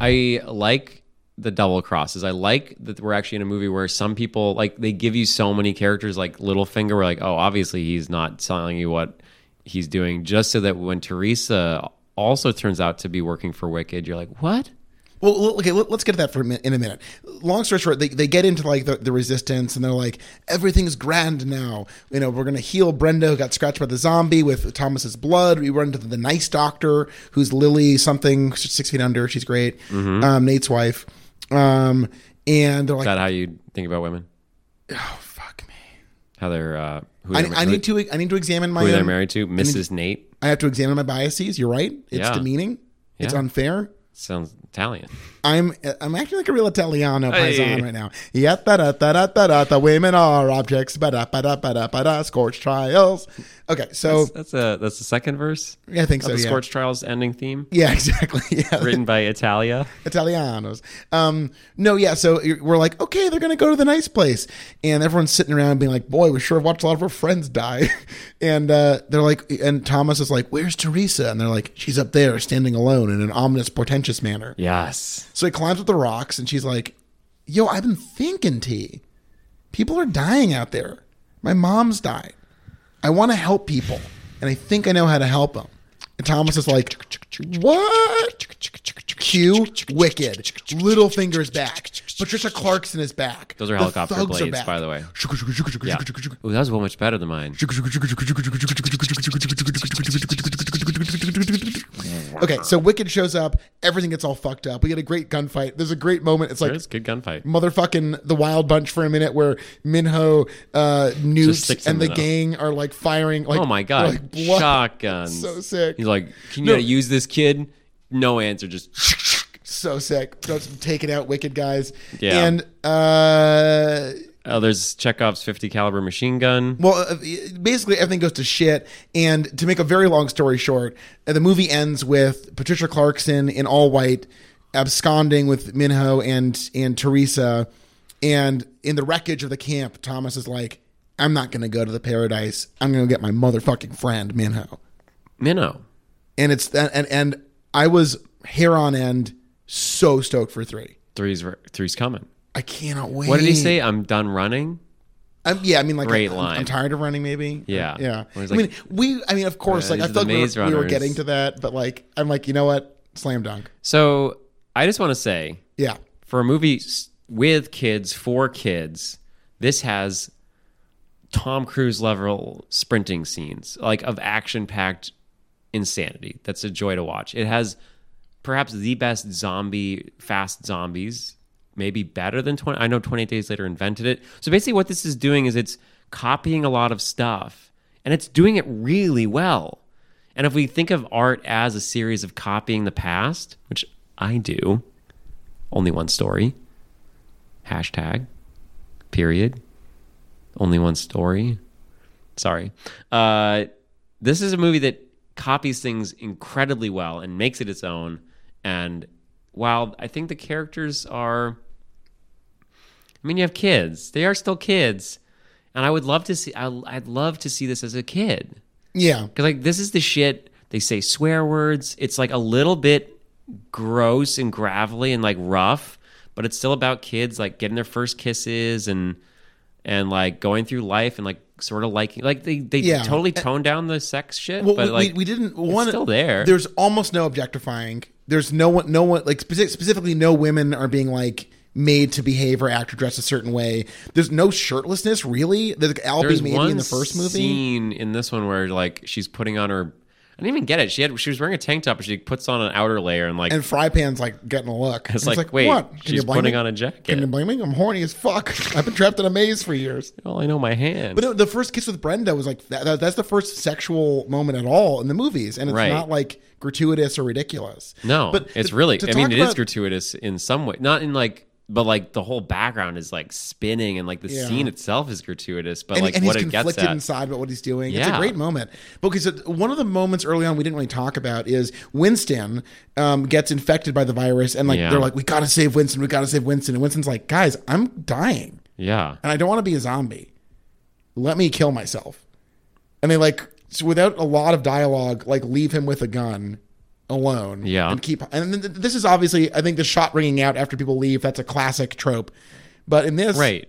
Speaker 2: I like the double crosses. I like that we're actually in a movie where some people like they give you so many characters like Littlefinger. We're like, oh, obviously he's not telling you what he's doing, just so that when Teresa also turns out to be working for Wicked, you're like, what?
Speaker 1: Well, l- okay, let- let's get to that for a min- in a minute. Long story short, they, they get into like the, the resistance and they're like, everything's grand now. You know, we're going to heal Brenda, who got scratched by the zombie with Thomas's blood. We run into the nice doctor, who's Lily something, she's six feet under. She's great. Um, Nate's wife. Um, and they're like,
Speaker 2: Is that how you think about women?
Speaker 1: oh, fuck me.
Speaker 2: How they're uh, who
Speaker 1: I,
Speaker 2: they're,
Speaker 1: I need to I need to examine my
Speaker 2: who they're
Speaker 1: own-
Speaker 2: married to? Mrs. Nate
Speaker 1: I have to examine my biases. You're right. It's
Speaker 2: Yeah.
Speaker 1: demeaning. It's
Speaker 2: Yeah.
Speaker 1: unfair.
Speaker 2: sounds Italian.
Speaker 1: I'm I'm acting like a real Italiano paisan
Speaker 2: Hey.
Speaker 1: right now. Yep, da da da da da da. The women are objects. Ba da ba da ba da ba da. Scorched trials. Okay, so
Speaker 2: That's a that's the second verse
Speaker 1: yeah, I think so.
Speaker 2: of the
Speaker 1: Yeah.
Speaker 2: Scorch Trials ending theme,
Speaker 1: yeah, exactly. Yeah,
Speaker 2: written by Italia.
Speaker 1: Italianos. Um, no, yeah. So you're- we're like, okay, they're gonna go to the nice place, and everyone's sitting around being like, boy, we sure have watched a lot of our friends die, and uh, they're like, and Thomas is like, where's Teresa? And they're like, she's up there, standing alone in an ominous, portentous manner.
Speaker 2: Yes.
Speaker 1: So he climbs up the rocks and she's like, Yo, I've been thinking, T. People are dying out there. My mom's died. I want to help people, and I think I know how to help them. And Thomas is like, What? Q, wicked. Little fingers back. Patricia Clarkson is back.
Speaker 2: Those are helicopter blades, by the way. Yeah. Ooh, that was well much better than mine.
Speaker 1: Okay, so Wicked shows up. Everything gets all fucked up. We get a great gunfight. There's a great moment. It's like
Speaker 2: It's good gunfight.
Speaker 1: motherfucking the Wild Bunch for a minute, where Minho, uh, Newt,
Speaker 2: sticks
Speaker 1: and
Speaker 2: in
Speaker 1: the
Speaker 2: the-
Speaker 1: gang are like firing. Like,
Speaker 2: Oh my god,
Speaker 1: like, blood.
Speaker 2: shotguns!
Speaker 1: So sick.
Speaker 2: He's like, "Can you
Speaker 1: No.
Speaker 2: use this kid?" No answer. Just
Speaker 1: so sick. Just taking out Wicked guys.
Speaker 2: Yeah.
Speaker 1: and uh,
Speaker 2: oh, there's Chekhov's 50 caliber machine gun.
Speaker 1: well, uh, basically everything goes to shit. And to make a very long story short, uh, the movie ends with Patricia Clarkson in all white absconding with Minho and and Teresa. And in the wreckage of the camp, Thomas is like, "I'm not going to go to the paradise. I'm going to get my motherfucking friend Minho."
Speaker 2: Minnow.
Speaker 1: and it's that and and I was hair on end, so stoked for three.
Speaker 2: Three's re- three's coming.
Speaker 1: I cannot wait.
Speaker 2: What did he say? I'm done running.
Speaker 1: I'm, yeah, I mean, like,
Speaker 2: Great
Speaker 1: I'm,
Speaker 2: line.
Speaker 1: I'm tired of running. Maybe.
Speaker 2: Yeah.
Speaker 1: yeah.
Speaker 2: Where he's
Speaker 1: I mean,
Speaker 2: like,
Speaker 1: we. I mean, of course, like I
Speaker 2: "These are
Speaker 1: felt
Speaker 2: the
Speaker 1: like
Speaker 2: Maze
Speaker 1: we were, we were
Speaker 2: Runners."
Speaker 1: getting to that, but like, I'm like, you know what? Slam dunk.
Speaker 2: So I just want to say
Speaker 1: Yeah.
Speaker 2: for a movie s- with kids for kids, this has Tom Cruise level sprinting scenes, like of action packed insanity. That's a joy to watch. It has perhaps the best zombie fast zombies, maybe better than 20 I know 28 Days Later invented it. So basically what this is doing is it's copying a lot of stuff and it's doing it really well. And if we think of art as a series of copying the past, which I do, only one story. Hashtag. Period. Only one story. Sorry. Uh, this is a movie that copies things incredibly well and makes it its own. And while I think the characters are, I mean, you have kids. They are still kids, and I would love to see. I, I'd love to see this as a kid.
Speaker 1: Yeah.
Speaker 2: Because like this is the shit they say swear words. It's like a little bit gross and gravelly and like rough, but it's still about kids like getting their first kisses and and like going through life and like sort of liking like they they
Speaker 1: Yeah.
Speaker 2: totally tone down the sex shit,
Speaker 1: Well,
Speaker 2: but
Speaker 1: we,
Speaker 2: like
Speaker 1: we, we didn't. One
Speaker 2: still there.
Speaker 1: There's almost no objectifying. There's no one. No one. Like speci- specifically, no women are being like made to behave or act or dress a certain way. There's no shirtlessness really. There's Albie
Speaker 2: there's
Speaker 1: maybe
Speaker 2: one
Speaker 1: in the first movie.
Speaker 2: scene in this one where like she's putting on her. I didn't even get it. She had she was wearing a tank top, and she puts on an outer layer and like
Speaker 1: And Fry Pan's like getting a look.
Speaker 2: it's like, wait,
Speaker 1: Can
Speaker 2: she's
Speaker 1: blame
Speaker 2: putting
Speaker 1: me?
Speaker 2: on a jacket.
Speaker 1: Can you blame me? I'm horny as fuck. I've been trapped in a maze for years.
Speaker 2: Well, I know my hand.
Speaker 1: But no, the first kiss with Brenda was like that, that- that's the first sexual moment at all in the movies, and it's
Speaker 2: Right.
Speaker 1: not like gratuitous or ridiculous.
Speaker 2: No,
Speaker 1: but
Speaker 2: it's
Speaker 1: to-
Speaker 2: really.
Speaker 1: to
Speaker 2: I mean,
Speaker 1: talk
Speaker 2: it is
Speaker 1: about-
Speaker 2: gratuitous in some way, not in like, but like the whole background is like spinning, and like the
Speaker 1: Yeah.
Speaker 2: scene itself is gratuitous, but
Speaker 1: and,
Speaker 2: like
Speaker 1: and
Speaker 2: what
Speaker 1: he's
Speaker 2: it gets
Speaker 1: conflicted
Speaker 2: at.
Speaker 1: inside about what he's doing. It's a
Speaker 2: Yeah.
Speaker 1: great moment. But okay, so one of the moments early on we didn't really talk about is Winston um, gets infected by the virus, and like
Speaker 2: Yeah.
Speaker 1: they're like, "We gotta save Winston. We gotta save Winston." And Winston's like, "Guys, I'm dying,
Speaker 2: yeah,
Speaker 1: and I don't want to be a zombie. Let me kill myself." And they like, so without a lot of dialogue, like leave him with a gun alone.
Speaker 2: Yeah.
Speaker 1: and keep. And then th- this is obviously, I think, the shot ringing out after people leave. That's a classic trope. But in this,
Speaker 2: right.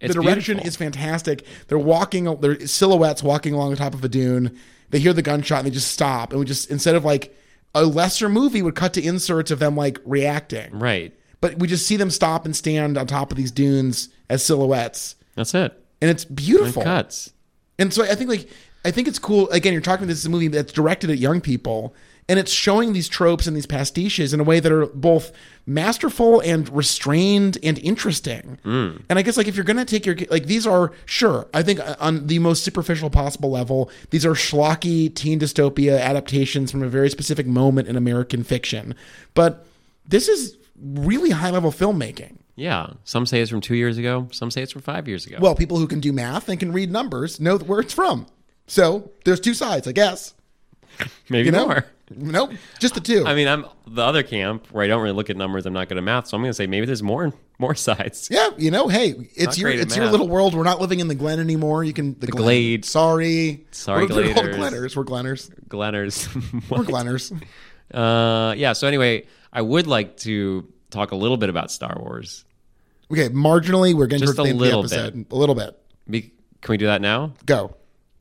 Speaker 2: It's
Speaker 1: the direction
Speaker 2: beautiful.
Speaker 1: is fantastic. They're walking, they're silhouettes walking along the top of a dune. They hear the gunshot and they just stop. And we just, instead of like a lesser movie would cut to inserts of them like reacting,
Speaker 2: right.
Speaker 1: but we just see them stop and stand on top of these dunes as silhouettes.
Speaker 2: That's it.
Speaker 1: And it's beautiful.
Speaker 2: Cuts.
Speaker 1: And so I think like I think it's cool. Again, you're talking about this is a movie that's directed at young people, and it's showing these tropes and these pastiches in a way that are both masterful and restrained and interesting. And I guess like if you're gonna take your like these are sure I think uh, on the most superficial possible level these are schlocky teen dystopia adaptations from a very specific moment in American fiction, but this is really high level filmmaking.
Speaker 2: Yeah. Some say it's from two years ago. Some say it's from five years ago.
Speaker 1: Well, people who can do math and can read numbers know where it's from. So there's two sides, I guess.
Speaker 2: Maybe
Speaker 1: You know?
Speaker 2: more.
Speaker 1: Nope. Just the two.
Speaker 2: I mean, I'm the other camp where I don't really look at numbers. I'm not good at math, so I'm going to say maybe there's more more sides.
Speaker 1: yeah, you know, hey, it's your
Speaker 2: great at
Speaker 1: it's your
Speaker 2: math.
Speaker 1: little world. We're not living in the Glen anymore. You can the, Glen.
Speaker 2: Glade.
Speaker 1: Sorry.
Speaker 2: Sorry,
Speaker 1: We're, we're called
Speaker 2: Gladers.
Speaker 1: Glenners. We're Glenners.
Speaker 2: Glenners.
Speaker 1: We're Glenners.
Speaker 2: uh, yeah. So anyway, I would like to talk a little bit about Star Wars.
Speaker 1: Okay, marginally we're getting
Speaker 2: Just
Speaker 1: towards
Speaker 2: a
Speaker 1: the end of
Speaker 2: little
Speaker 1: the episode. A little bit.
Speaker 2: Be- can we do that now?
Speaker 1: Go.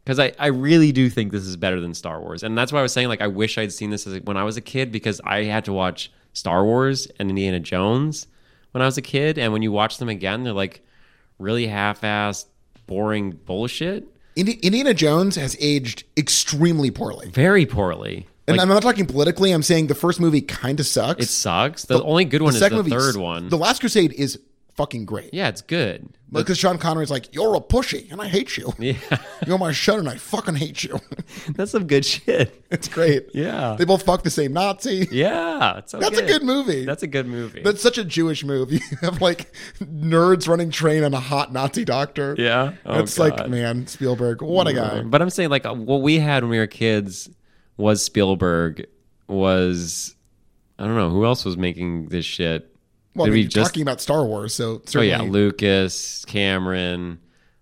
Speaker 2: because I, I really do think this is better than Star Wars, and that's why I was saying like I wish I'd seen this as, when I was a kid because I had to watch Star Wars and Indiana Jones when I was a kid, and when you watch them again, they're like really half-assed, boring bullshit,
Speaker 1: Indi- Indiana Jones has aged extremely poorly.
Speaker 2: very poorly.
Speaker 1: And
Speaker 2: Like
Speaker 1: I'm not talking politically. I'm saying the first movie kind of sucks.
Speaker 2: it sucks. The, only good one is the
Speaker 1: movie-
Speaker 2: third one.
Speaker 1: The Last Crusade is fucking great.
Speaker 2: yeah, it's good.
Speaker 1: Because Sean Connery's like, you're a pushy and I hate you.
Speaker 2: Yeah,
Speaker 1: You're my shut and I fucking hate you.
Speaker 2: that's some good shit.
Speaker 1: it's great.
Speaker 2: Yeah.
Speaker 1: They both fuck the same Nazi.
Speaker 2: Yeah, it's so
Speaker 1: That's a good movie. That's,
Speaker 2: That's a good movie.
Speaker 1: such a Jewish movie. You have like nerds running train on a hot Nazi doctor.
Speaker 2: yeah, Oh,
Speaker 1: it's like,
Speaker 2: God.
Speaker 1: man, Spielberg, what a guy.
Speaker 2: Um, But I'm saying like uh, what we had when we were kids was Spielberg was I don't know who else was making this shit.
Speaker 1: Well, I
Speaker 2: Did
Speaker 1: mean,
Speaker 2: we
Speaker 1: you're
Speaker 2: just-
Speaker 1: talking about Star Wars, so
Speaker 2: Oh
Speaker 1: certainly.
Speaker 2: yeah, Lucas, Cameron.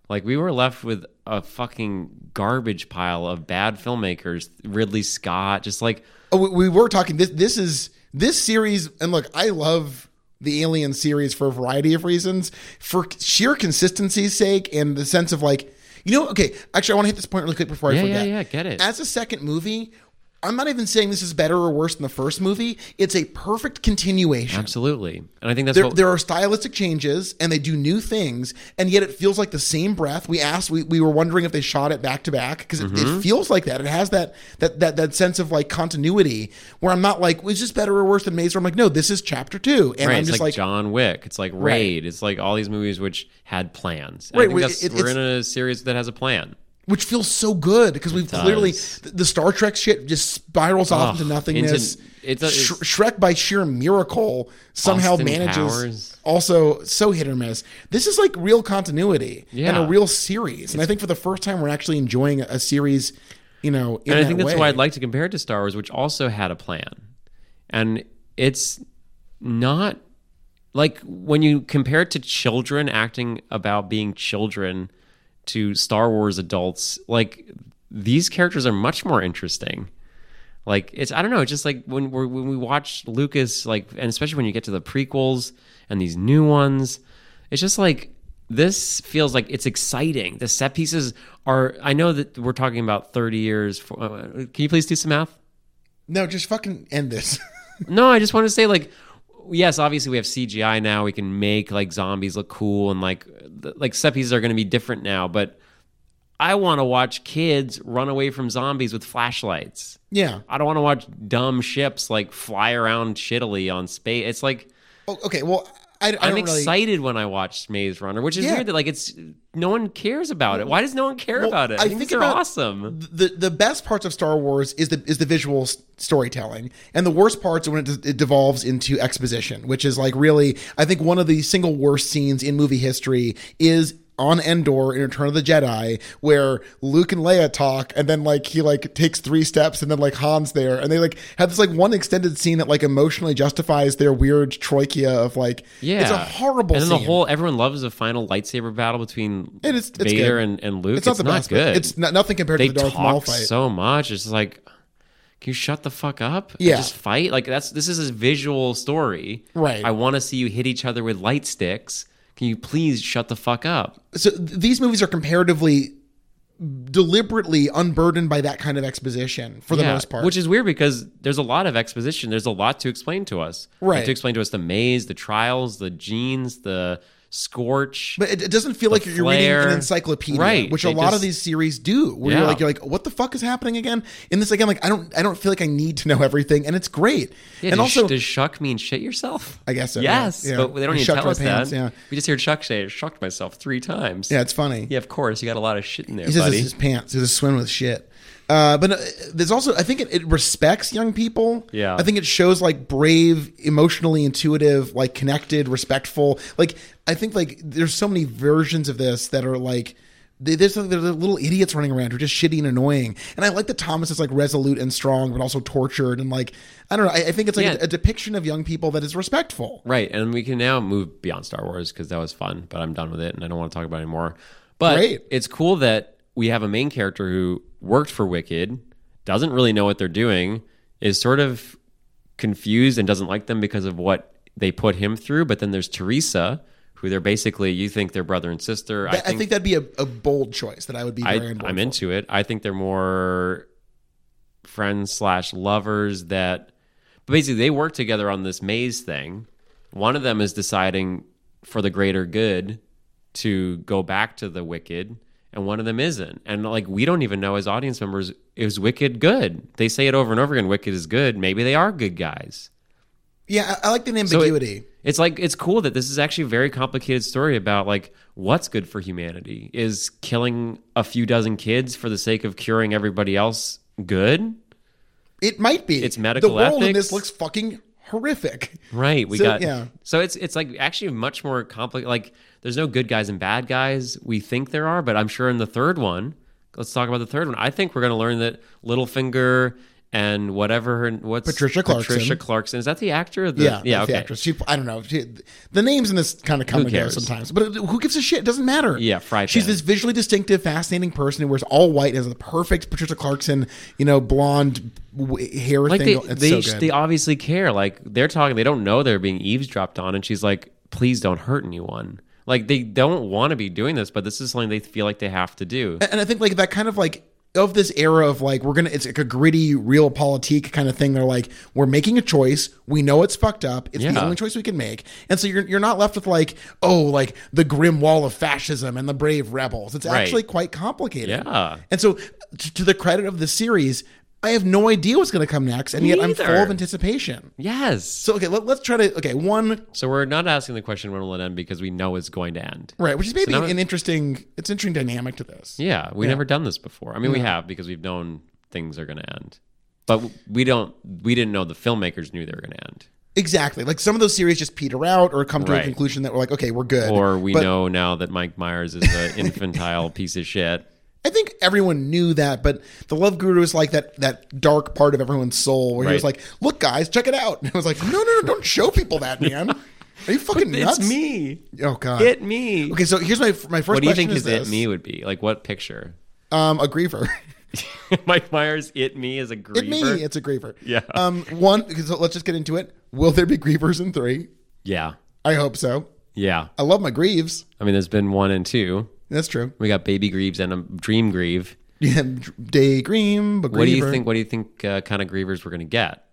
Speaker 2: Like we were left with a fucking garbage pile of bad filmmakers. Ridley Scott, just like
Speaker 1: Oh, we, we were talking. This this is this series, and look, I love the Alien series for a variety of reasons, for sheer consistency's sake and the sense of like, you know, okay, actually, I want to hit this point really quick before I
Speaker 2: Yeah, yeah,
Speaker 1: forget.
Speaker 2: yeah, get it.
Speaker 1: As a second movie, I'm not even saying this is better or worse than the first movie. It's a perfect continuation.
Speaker 2: Absolutely. And I think that's
Speaker 1: There,
Speaker 2: what
Speaker 1: there are stylistic changes and they do new things, and yet it feels like the same breath. We asked, we, we were wondering if they shot it back to back because it,
Speaker 2: Mm-hmm.
Speaker 1: it feels like that. It has that, that that that sense of like continuity where I'm not like, was this better or worse than Maze? Where I'm like, no, this is chapter two, and
Speaker 2: right,
Speaker 1: I'm
Speaker 2: it's
Speaker 1: just
Speaker 2: like,
Speaker 1: like,
Speaker 2: John Wick. It's like Raid. It's like all these movies which had plans. And
Speaker 1: Right,
Speaker 2: I think
Speaker 1: well,
Speaker 2: that's,
Speaker 1: it-
Speaker 2: we're
Speaker 1: it's-
Speaker 2: in a series that has a plan.
Speaker 1: which feels so good because we've clearly
Speaker 2: does.
Speaker 1: th- the Star Trek shit just spirals off
Speaker 2: Ugh,
Speaker 1: into nothingness.
Speaker 2: into- it's a-
Speaker 1: Sh- Shrek by sheer miracle somehow
Speaker 2: Austin
Speaker 1: manages
Speaker 2: Powers.
Speaker 1: also so hit or miss. This is like real continuity and a
Speaker 2: Yeah.
Speaker 1: real series, and I think for the first time we're actually enjoying a series. You know, in
Speaker 2: And I
Speaker 1: that
Speaker 2: think that's
Speaker 1: way.
Speaker 2: why I'd like to compare it to Star Wars, which also had a plan. And it's not like when you compare it to children acting about being children to Star Wars adults, like these characters are much more interesting. Like it's I don't know, it's just like when we when we watch Lucas like and especially when you get to the prequels and these new ones, it's just like this feels like it's exciting. The set pieces are I know that we're talking about 30 years for, uh, can you please do some math?
Speaker 1: no, just fucking end this.
Speaker 2: No, I just want to say like yes, obviously we have CGI now. We can make like zombies look cool and like th- like set pieces are going to be different now, but I want to watch kids run away from zombies with flashlights.
Speaker 1: yeah.
Speaker 2: I don't want to watch dumb ships like fly around shittily on space. It's like
Speaker 1: Oh, okay. Well, I, I don't
Speaker 2: I'm
Speaker 1: really.
Speaker 2: excited when I watch Maze Runner, which is
Speaker 1: Yeah.
Speaker 2: weird that like it's no one cares about it. Why does no one care about it?
Speaker 1: I
Speaker 2: I, think,
Speaker 1: think
Speaker 2: they're
Speaker 1: about-
Speaker 2: awesome.
Speaker 1: the the best parts of Star Wars is the is the visual s- storytelling, and the worst parts are when it, it devolves into exposition, which is like really I think one of the single worst scenes in movie history is on Endor in Return of the Jedi, where Luke and Leia talk, and then like he like takes three steps, and then like Han's there, and they like have this like one extended scene that like emotionally justifies their weird troikia of like
Speaker 2: Yeah,
Speaker 1: it's a horrible
Speaker 2: And then
Speaker 1: scene.
Speaker 2: the whole everyone loves the final lightsaber battle between
Speaker 1: It is- it's
Speaker 2: Vader
Speaker 1: good.
Speaker 2: and, and Luke.
Speaker 1: it's not the best, but
Speaker 2: good.
Speaker 1: It's not, nothing compared
Speaker 2: they
Speaker 1: to the Darth Maul
Speaker 2: talk
Speaker 1: fight.
Speaker 2: so much. It's like, can you shut the fuck up? and
Speaker 1: Yeah.
Speaker 2: just fight. Like that's this is a visual story.
Speaker 1: Right.
Speaker 2: I want to see you hit each other with light sticks. Can you please shut the fuck up?
Speaker 1: so th- these movies are comparatively deliberately unburdened by that kind of exposition for the most part
Speaker 2: Which is weird because there's a lot of exposition. There's a lot to explain to us. You have
Speaker 1: Right.
Speaker 2: To explain to us the maze, the trials, the genes, the scorch.
Speaker 1: but it, it doesn't feel like you're reading
Speaker 2: flair.
Speaker 1: an encyclopedia
Speaker 2: Right,
Speaker 1: which a
Speaker 2: they
Speaker 1: lot of
Speaker 2: just-
Speaker 1: these series do where you're
Speaker 2: Yeah.
Speaker 1: like you're like what the fuck is happening again in this again like i don't i don't feel like i need to know everything and it's great
Speaker 2: Yeah,
Speaker 1: and
Speaker 2: does,
Speaker 1: also
Speaker 2: does shuck mean shit yourself?
Speaker 1: I guess uh, so, yeah,
Speaker 2: Yes,
Speaker 1: yeah.
Speaker 2: but they don't
Speaker 1: I
Speaker 2: even
Speaker 1: shucked
Speaker 2: tell
Speaker 1: my
Speaker 2: us
Speaker 1: pants,
Speaker 2: that.
Speaker 1: yeah.
Speaker 2: We just hear Chuck say, "I "Shucked myself three times."
Speaker 1: yeah it's funny
Speaker 2: Yeah, of course. You got a lot of shit in there,
Speaker 1: He says
Speaker 2: buddy.
Speaker 1: it's his pants. He says swim with shit. Uh, but uh, there's also, I think it, it respects young people.
Speaker 2: Yeah.
Speaker 1: I think it shows like brave, emotionally intuitive, like connected, respectful. Like, I think like there's so many versions of this that are like, they- there's like, there's little idiots running around who are just shitty and annoying. And I like that Thomas is like resolute and strong, but also tortured. And like, I don't know. I, I think it's like
Speaker 2: Yeah.
Speaker 1: a, a depiction of young people that is respectful.
Speaker 2: Right, and we can now move beyond Star Wars because that was fun, but I'm done with it and I don't want to talk about it anymore. But
Speaker 1: Great.
Speaker 2: it's cool that we have a main character who worked for Wicked, doesn't really know what they're doing, is sort of confused and doesn't like them because of what they put him through. But then there's Teresa, who they're basically you think they're brother and sister.
Speaker 1: I think, that'd be a, a bold choice that I would be very
Speaker 2: I,
Speaker 1: bold
Speaker 2: I'm
Speaker 1: for.
Speaker 2: into it. I think they're more friends slash lovers that, but basically they work together on this maze thing. One of them is deciding for the greater good to go back to the wicked, and one of them isn't. And like we don't even know as audience members is wicked good. They say it over and over again. Wicked is good. Maybe they are good guys.
Speaker 1: Yeah, I, I like the
Speaker 2: So it-
Speaker 1: ambiguity.
Speaker 2: it's like it's cool that this is actually a very complicated story about like what's good for humanity. Is killing a few dozen kids for the sake of curing everybody else good?
Speaker 1: It might be.
Speaker 2: It's medical
Speaker 1: The world in
Speaker 2: ethics.
Speaker 1: this looks fucking horrific.
Speaker 2: Right. We
Speaker 1: So,
Speaker 2: got
Speaker 1: yeah.
Speaker 2: So it's it's like actually much more complicated. Like there's no good guys and bad guys. We think there are, but I'm sure in the third one, let's talk about the third one. I think we're gonna learn that Littlefinger and whatever her what's
Speaker 1: Patricia Clarkson.
Speaker 2: Patricia Clarkson is that the actor? Or the,
Speaker 1: Yeah,
Speaker 2: yeah,
Speaker 1: that's the
Speaker 2: okay.
Speaker 1: actress. She, I don't know. She, the names in this kind of come and go
Speaker 2: cares?
Speaker 1: sometimes, but who gives a shit? It doesn't matter.
Speaker 2: Yeah, fried
Speaker 1: She's
Speaker 2: pan.
Speaker 1: this visually distinctive, fascinating person who wears all white, has the perfect Patricia Clarkson, you know, blonde w- hair
Speaker 2: Like
Speaker 1: thing.
Speaker 2: they
Speaker 1: it's
Speaker 2: they,
Speaker 1: so good.
Speaker 2: they obviously care. Like they're talking, they don't know they're being eavesdropped on, and she's like, "Please don't hurt anyone." Like they don't want to be doing this, but this is something they feel like they have to do.
Speaker 1: and I think like that kind of like of this era of like we're gonna it's like a gritty real politique kind of thing. They're like we're making a choice. We know it's fucked up. It's the
Speaker 2: Yeah.
Speaker 1: only choice we can make. And so you're you're not left with like oh like the grim wall of fascism and the brave rebels. It's
Speaker 2: Right.
Speaker 1: actually quite complicated.
Speaker 2: Yeah.
Speaker 1: And so t- to the credit of the series, I have no idea what's gonna come next, and yet I'm full
Speaker 2: either.
Speaker 1: of anticipation.
Speaker 2: Yes. So,
Speaker 1: So okay, let, let's try to okay one
Speaker 2: we're not asking the question when will it end because we know it's going to end.
Speaker 1: right, which is maybe
Speaker 2: now-
Speaker 1: an interesting it's interesting dynamic to this.
Speaker 2: Yeah, we've never done this before. I mean, we have because we've known things are going to end, but we don't. We didn't know the filmmakers knew they were going to end,
Speaker 1: Exactly. Like some of those series just peter out or come to a
Speaker 2: Right.
Speaker 1: conclusion that we're like, okay, we're good.
Speaker 2: or we
Speaker 1: But
Speaker 2: know now that Mike Myers is an infantile piece of shit.
Speaker 1: I think everyone knew that, but the Love Guru is like that that dark part of everyone's soul where he was
Speaker 2: Right.
Speaker 1: like, look, guys, check it out. And I was like, no, no, no, don't show people that, man. Are you fucking nuts?
Speaker 2: It's me.
Speaker 1: Oh god.
Speaker 2: It me.
Speaker 1: okay, so here's my my first
Speaker 2: What do you
Speaker 1: question
Speaker 2: think
Speaker 1: is
Speaker 2: his it
Speaker 1: this.
Speaker 2: me would be? Like what picture?
Speaker 1: Um, a griever.
Speaker 2: Mike Myers it me is a griever.
Speaker 1: it me. It's a griever.
Speaker 2: Yeah.
Speaker 1: Um, one. Because let's just get into it. Will there be grievers in three?
Speaker 2: yeah,
Speaker 1: I hope so.
Speaker 2: yeah.
Speaker 1: I love my grieves.
Speaker 2: I mean, there's been one and two.
Speaker 1: That's true.
Speaker 2: We got Baby Greaves and a Dream Grieve.
Speaker 1: Yeah, day green, but griever.
Speaker 2: What do you think? What do you think uh, kind of grievers we're going to get?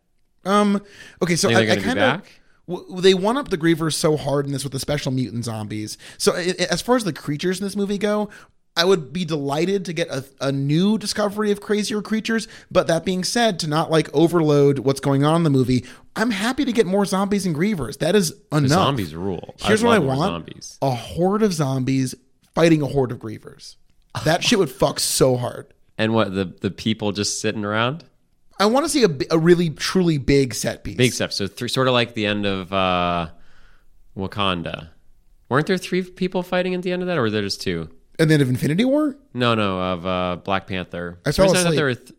Speaker 1: Um. Okay, so I,
Speaker 2: Think they're
Speaker 1: I
Speaker 2: gonna be
Speaker 1: kind of.
Speaker 2: back?
Speaker 1: W- they one up the grievers so hard in this with the special mutant zombies. So i i- as far as the creatures in this movie go, I would be delighted to get a, a new discovery of crazier creatures. But that being said, to not like overload what's going on in the movie, I'm happy to get more zombies and grievers. That is enough.
Speaker 2: Zombies rule.
Speaker 1: Here's
Speaker 2: I'd
Speaker 1: what I
Speaker 2: love more
Speaker 1: want:
Speaker 2: Zombies.
Speaker 1: a horde of zombies fighting a horde of grievers. That shit would fuck so hard.
Speaker 2: And what the the people just sitting around?
Speaker 1: I want to see a, bi- a really truly big set piece.
Speaker 2: Big stuff. So th- sort of like the end of uh, Wakanda. Weren't there three people fighting at the end of that, or were there just two?
Speaker 1: And then of Infinity War,
Speaker 2: No, no, of uh, Black Panther.
Speaker 1: I
Speaker 2: For some
Speaker 1: fell
Speaker 2: reason, there were th-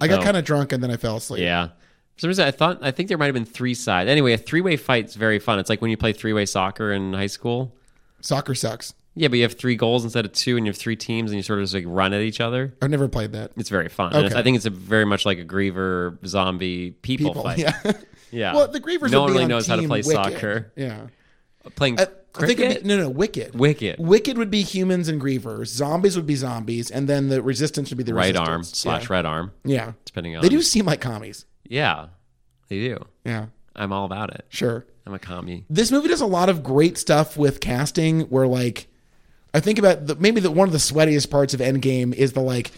Speaker 1: I got kind of drunk and then I fell asleep.
Speaker 2: yeah. For some reason, I thought I think there might have been three sides. Anyway, a three way fight's very fun. It's like when you play three way soccer in high school.
Speaker 1: Soccer sucks.
Speaker 2: Yeah, but you have three goals instead of two, and you have three teams, and you sort of just like run at each other.
Speaker 1: I've never played that.
Speaker 2: It's very fun. And it's-
Speaker 1: Okay.
Speaker 2: I think it's a very much like a griever zombie people,
Speaker 1: People,
Speaker 2: fight.
Speaker 1: yeah.
Speaker 2: Yeah.
Speaker 1: Well, the Grievers.
Speaker 2: No
Speaker 1: would be
Speaker 2: one really
Speaker 1: on
Speaker 2: knows how to
Speaker 1: Team
Speaker 2: play
Speaker 1: Wicked.
Speaker 2: soccer.
Speaker 1: Yeah.
Speaker 2: Playing
Speaker 1: I think
Speaker 2: cricket.
Speaker 1: it'd be, no, no, Wicked.
Speaker 2: Wicked.
Speaker 1: Wicked would be humans and Grievers. Zombies would be zombies, and then the Resistance would be the
Speaker 2: right
Speaker 1: resistance.
Speaker 2: arm slash right arm,
Speaker 1: Yeah. yeah.
Speaker 2: depending on.
Speaker 1: They do seem like commies.
Speaker 2: Yeah, they do.
Speaker 1: Yeah.
Speaker 2: I'm all about it.
Speaker 1: Sure.
Speaker 2: I'm a commie.
Speaker 1: This movie does a lot of great stuff with casting. Where like, I think about the, maybe that one of the sweatiest parts of Endgame is the like,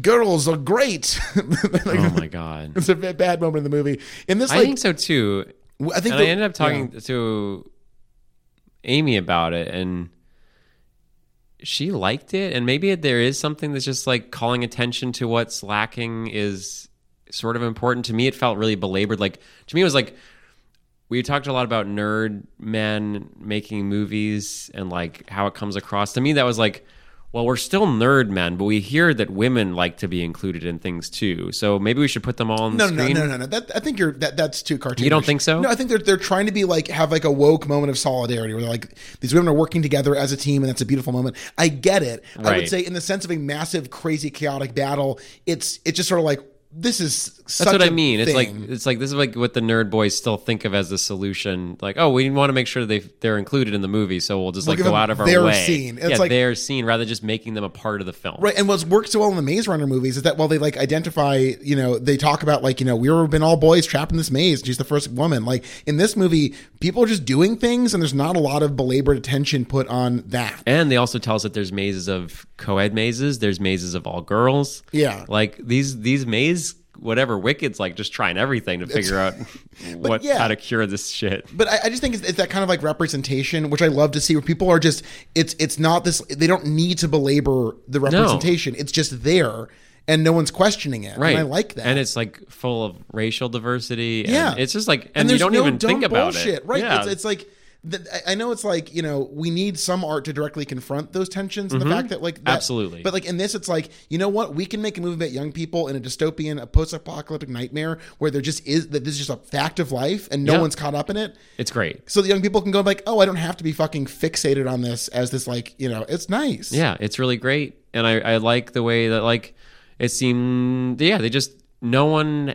Speaker 1: girls are great. Like,
Speaker 2: Oh my god.
Speaker 1: It's a bit bad moment in the movie. In this,
Speaker 2: I
Speaker 1: like,
Speaker 2: think so too.
Speaker 1: w- I think
Speaker 2: And I
Speaker 1: the-
Speaker 2: ended up talking to Amy about it, and she liked it. And maybe there is something that's just like calling attention to what's lacking is sort of important to me. It felt really belabored. Like to me, it was like we talked a lot about nerd men making movies and like how it comes across. To me, that was like, well, we're still nerd men, but we hear that women like to be included in things too. So maybe we should put them all on the
Speaker 1: No, no,
Speaker 2: screen.
Speaker 1: no, no, no. That I think you're that. That's too cartoonish.
Speaker 2: You don't think so?
Speaker 1: No, I think they're they're trying to be like have like a woke moment of solidarity where they're like these women are working together as a team and that's a beautiful moment. I get it. I would
Speaker 2: Right.
Speaker 1: say in the sense of a massive, crazy, chaotic battle, it's it's just sort of like this is. Such
Speaker 2: That's what
Speaker 1: I
Speaker 2: I mean. It's like it's like this is like what the nerd boys still think of as the solution. Like, oh, we want to make sure they they're included in the movie, so we'll just like
Speaker 1: give
Speaker 2: go
Speaker 1: them
Speaker 2: out of our
Speaker 1: their
Speaker 2: way.
Speaker 1: scene. It's
Speaker 2: yeah,
Speaker 1: like-
Speaker 2: their scene rather than just making them a part of the film.
Speaker 1: Right, and what's worked so well in the Maze Runner movies is that while they like identify, you know, they talk about like you know we were been all boys trapped in this maze. She's the first woman. Like in this movie, people are just doing things, and there's not a lot of belabored attention put on that.
Speaker 2: And they also tell us that there's mazes of co-ed mazes. There's mazes of all girls.
Speaker 1: Yeah.
Speaker 2: Like these these maze whatever Wicked's like just trying everything to figure out what
Speaker 1: yeah.
Speaker 2: how to cure this shit.
Speaker 1: But I, I just think it's, it's that kind of like representation, which I love to see, where people are just it's it's not this. They don't need to belabor the representation. It's just there, and no one's questioning it.
Speaker 2: Right.
Speaker 1: and I like that.
Speaker 2: And it's like full of racial diversity. And
Speaker 1: Yeah.
Speaker 2: It's just like and,
Speaker 1: there's
Speaker 2: you don't
Speaker 1: no
Speaker 2: even
Speaker 1: dumb
Speaker 2: think about
Speaker 1: bullshit,
Speaker 2: it.
Speaker 1: Right?
Speaker 2: Yeah.
Speaker 1: It's, it's like th- I- I know it's like you know we need some art to directly confront those tensions and the fact that like that,
Speaker 2: Mm-hmm. Absolutely.
Speaker 1: but like in this it's like you know what we can make a movie about young people in a dystopian a post-apocalyptic nightmare where there just is that this is just a fact of life and no
Speaker 2: Yeah.
Speaker 1: one's caught up in it
Speaker 2: It's great.
Speaker 1: so the young people can go like oh I don't have to be fucking fixated on this as this like you know it's nice
Speaker 2: Yeah, it's really great, and I, I like the way that like it seemed. Yeah, they just no one.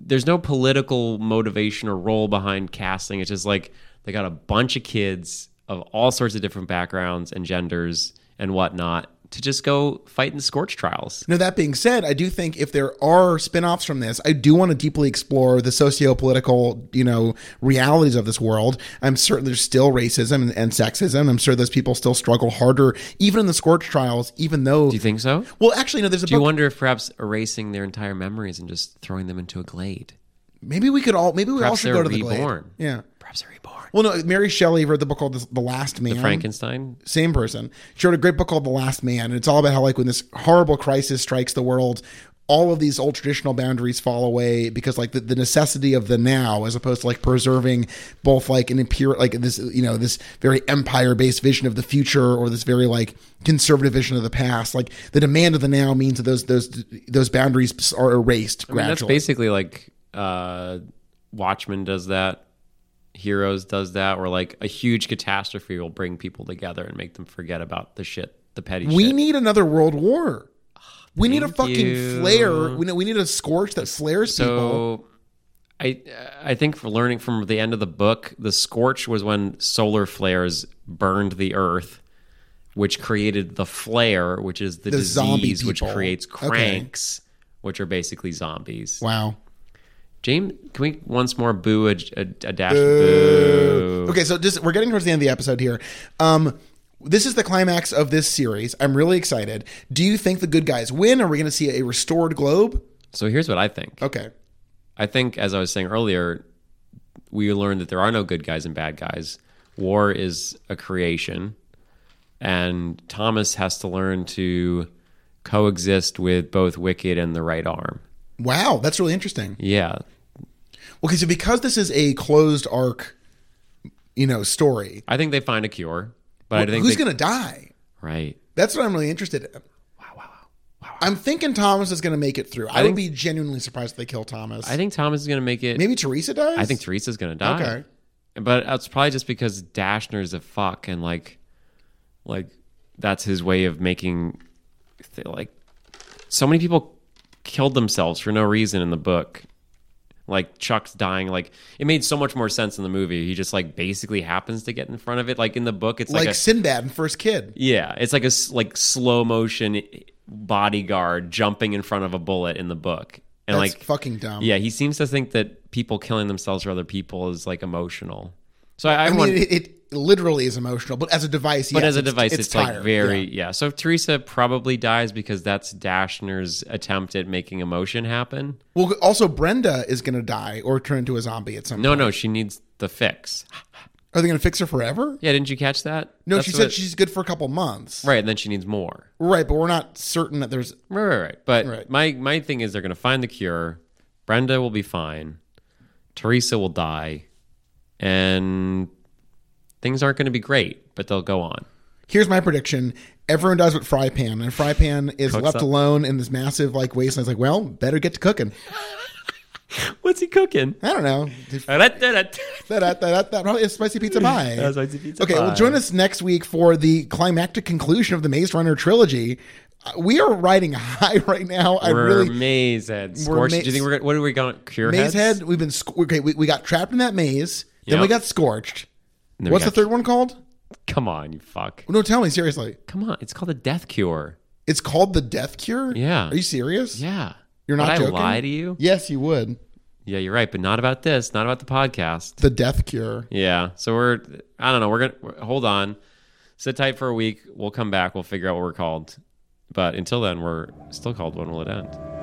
Speaker 2: There's no political motivation or role behind casting. It's just like they got a bunch of kids of all sorts of different backgrounds and genders and whatnot to just go fight in scorch trials.
Speaker 1: Now, that being said, I do think if there are spin-offs from this, I do want to deeply explore the socio-political, you know, realities of this world. I'm certain there's still racism and, and sexism. I'm sure those people still struggle harder, even in the Scorch trials, even though...
Speaker 2: Do you think so?
Speaker 1: well, actually, no, there's a
Speaker 2: Do you
Speaker 1: book...
Speaker 2: wonder if perhaps erasing their entire memories and just throwing them into a glade?
Speaker 1: maybe we could all... Maybe we all
Speaker 2: Perhaps
Speaker 1: should
Speaker 2: they're
Speaker 1: go to the Glade.
Speaker 2: reborn.
Speaker 1: Yeah.
Speaker 2: Perhaps they're reborn.
Speaker 1: Well, no, Mary Shelley wrote the book called The, the Last Man.
Speaker 2: Frankenstein.
Speaker 1: same person. She wrote a great book called The Last Man, and it's all about how like when this horrible crisis strikes the world, all of these old traditional boundaries fall away because like the, the necessity of the now, as opposed to like preserving both like an imperial like this you know this very empire based vision of the future or this very like conservative vision of the past. Like the demand of the now means that those those those boundaries are erased
Speaker 2: I mean, that's
Speaker 1: gradually.
Speaker 2: basically like uh, Watchmen does that, Heroes does that, where like a huge catastrophe will bring people together and make them forget about the shit, the petty
Speaker 1: we
Speaker 2: shit.
Speaker 1: need another world war. We need a
Speaker 2: Thank
Speaker 1: fucking
Speaker 2: you.
Speaker 1: flare. We, we need a scorch that flares people.
Speaker 2: So, I I think for learning from the end of the book, the scorch was when solar flares burned the earth. Which created the flare, which is the,
Speaker 1: zombie
Speaker 2: disease, which
Speaker 1: people.
Speaker 2: creates
Speaker 1: Okay.
Speaker 2: cranks, which are basically zombies.
Speaker 1: Wow.
Speaker 2: James, can we once more boo a, a, a dash boo?
Speaker 1: Okay, so just we're getting towards the end of the episode here. Um, this is the climax of this series. I'm really excited. Do you think the good guys win? Are we going to see a restored globe?
Speaker 2: So here's what I think.
Speaker 1: Okay.
Speaker 2: I think, as I was saying earlier, we learned that there are no good guys and bad guys. War is a creation, and Thomas has to learn to coexist with both Wicked and the right arm.
Speaker 1: Wow, that's really interesting.
Speaker 2: Yeah,
Speaker 1: Okay, so because this is a closed arc, you know, story,
Speaker 2: I think they find a cure, but I think
Speaker 1: who's
Speaker 2: they-
Speaker 1: going to die?
Speaker 2: right.
Speaker 1: That's what I'm really interested in.
Speaker 2: Wow, wow, wow.
Speaker 1: I'm thinking Thomas is going to make it through. I, would be genuinely surprised if they kill Thomas.
Speaker 2: I think Thomas is going to make it.
Speaker 1: Maybe Teresa dies.
Speaker 2: I think Teresa's going to die.
Speaker 1: Okay.
Speaker 2: but it's probably just because Dashner's a fuck and like, like that's his way of making, like, so many people killed themselves for no reason in the book. Like Chuck's dying, like it made so much more sense in the movie. He just like basically happens to get in front of it. Like in the book, it's like,
Speaker 1: like
Speaker 2: a,
Speaker 1: Sinbad and First Kid.
Speaker 2: yeah, it's like a s- like slow motion bodyguard jumping in front of a bullet in the book, and
Speaker 1: That's
Speaker 2: like
Speaker 1: fucking dumb.
Speaker 2: yeah, he seems to think that people killing themselves for other people is like emotional. So I, I,
Speaker 1: I mean,
Speaker 2: want,
Speaker 1: it, it literally is emotional, but as a device,
Speaker 2: but
Speaker 1: yes,
Speaker 2: as a device, it's, like
Speaker 1: tired.
Speaker 2: very
Speaker 1: Yeah.
Speaker 2: yeah. So Teresa probably dies because that's Dashner's attempt at making emotion happen.
Speaker 1: Well, also Brenda is going to die or turn into a zombie at some.
Speaker 2: No, no, she needs the fix.
Speaker 1: Are they going to fix her forever?
Speaker 2: Yeah, didn't you catch that?
Speaker 1: No,
Speaker 2: That's
Speaker 1: she said
Speaker 2: what-
Speaker 1: she's good for a couple months. Right.
Speaker 2: right, and then she needs more.
Speaker 1: but we're not certain that there's.
Speaker 2: Right, right, right. But
Speaker 1: Right.
Speaker 2: my my thing is they're gonna find the cure. Brenda will be fine. Teresa will die, and things aren't gonna be great, but they'll go on.
Speaker 1: Here's my prediction: everyone does what Fry Pan, and Fry Pan is left
Speaker 2: up.
Speaker 1: alone in this massive like wasteland. It's like, well, better get to cooking.
Speaker 2: What's he cooking?
Speaker 1: I don't know.
Speaker 2: That's
Speaker 1: that, that, that, that probably a spicy pizza pie.
Speaker 2: why it's a pizza
Speaker 1: okay, well,
Speaker 2: pie.
Speaker 1: join us next week for the climactic conclusion of the Maze Runner trilogy. Uh, We are riding high right now. I
Speaker 2: We're
Speaker 1: really
Speaker 2: maze head. Scorch.
Speaker 1: ma-
Speaker 2: Do you think we're gonna, what are we going to cure
Speaker 1: Maze
Speaker 2: heads?
Speaker 1: head. We've been sc- okay. We, we got trapped in that maze. Then we
Speaker 2: Yep.
Speaker 1: got scorched.
Speaker 2: And then we
Speaker 1: What's the
Speaker 2: got-
Speaker 1: third one called?
Speaker 2: Come on, you fuck.
Speaker 1: No, tell me seriously.
Speaker 2: Come on, it's called the death cure.
Speaker 1: It's called the death cure.
Speaker 2: Yeah.
Speaker 1: Are you serious?
Speaker 2: Yeah,
Speaker 1: You're not
Speaker 2: Would
Speaker 1: joking?
Speaker 2: I lie to you?
Speaker 1: Yes, you would.
Speaker 2: Yeah, you're right, but not about this. Not about the podcast.
Speaker 1: The death cure.
Speaker 2: Yeah. So we're. I don't know. We're gonna we're- hold on. Sit tight for a week. We'll come back. We'll figure out what we're called. But until then, we're still called. When will it end?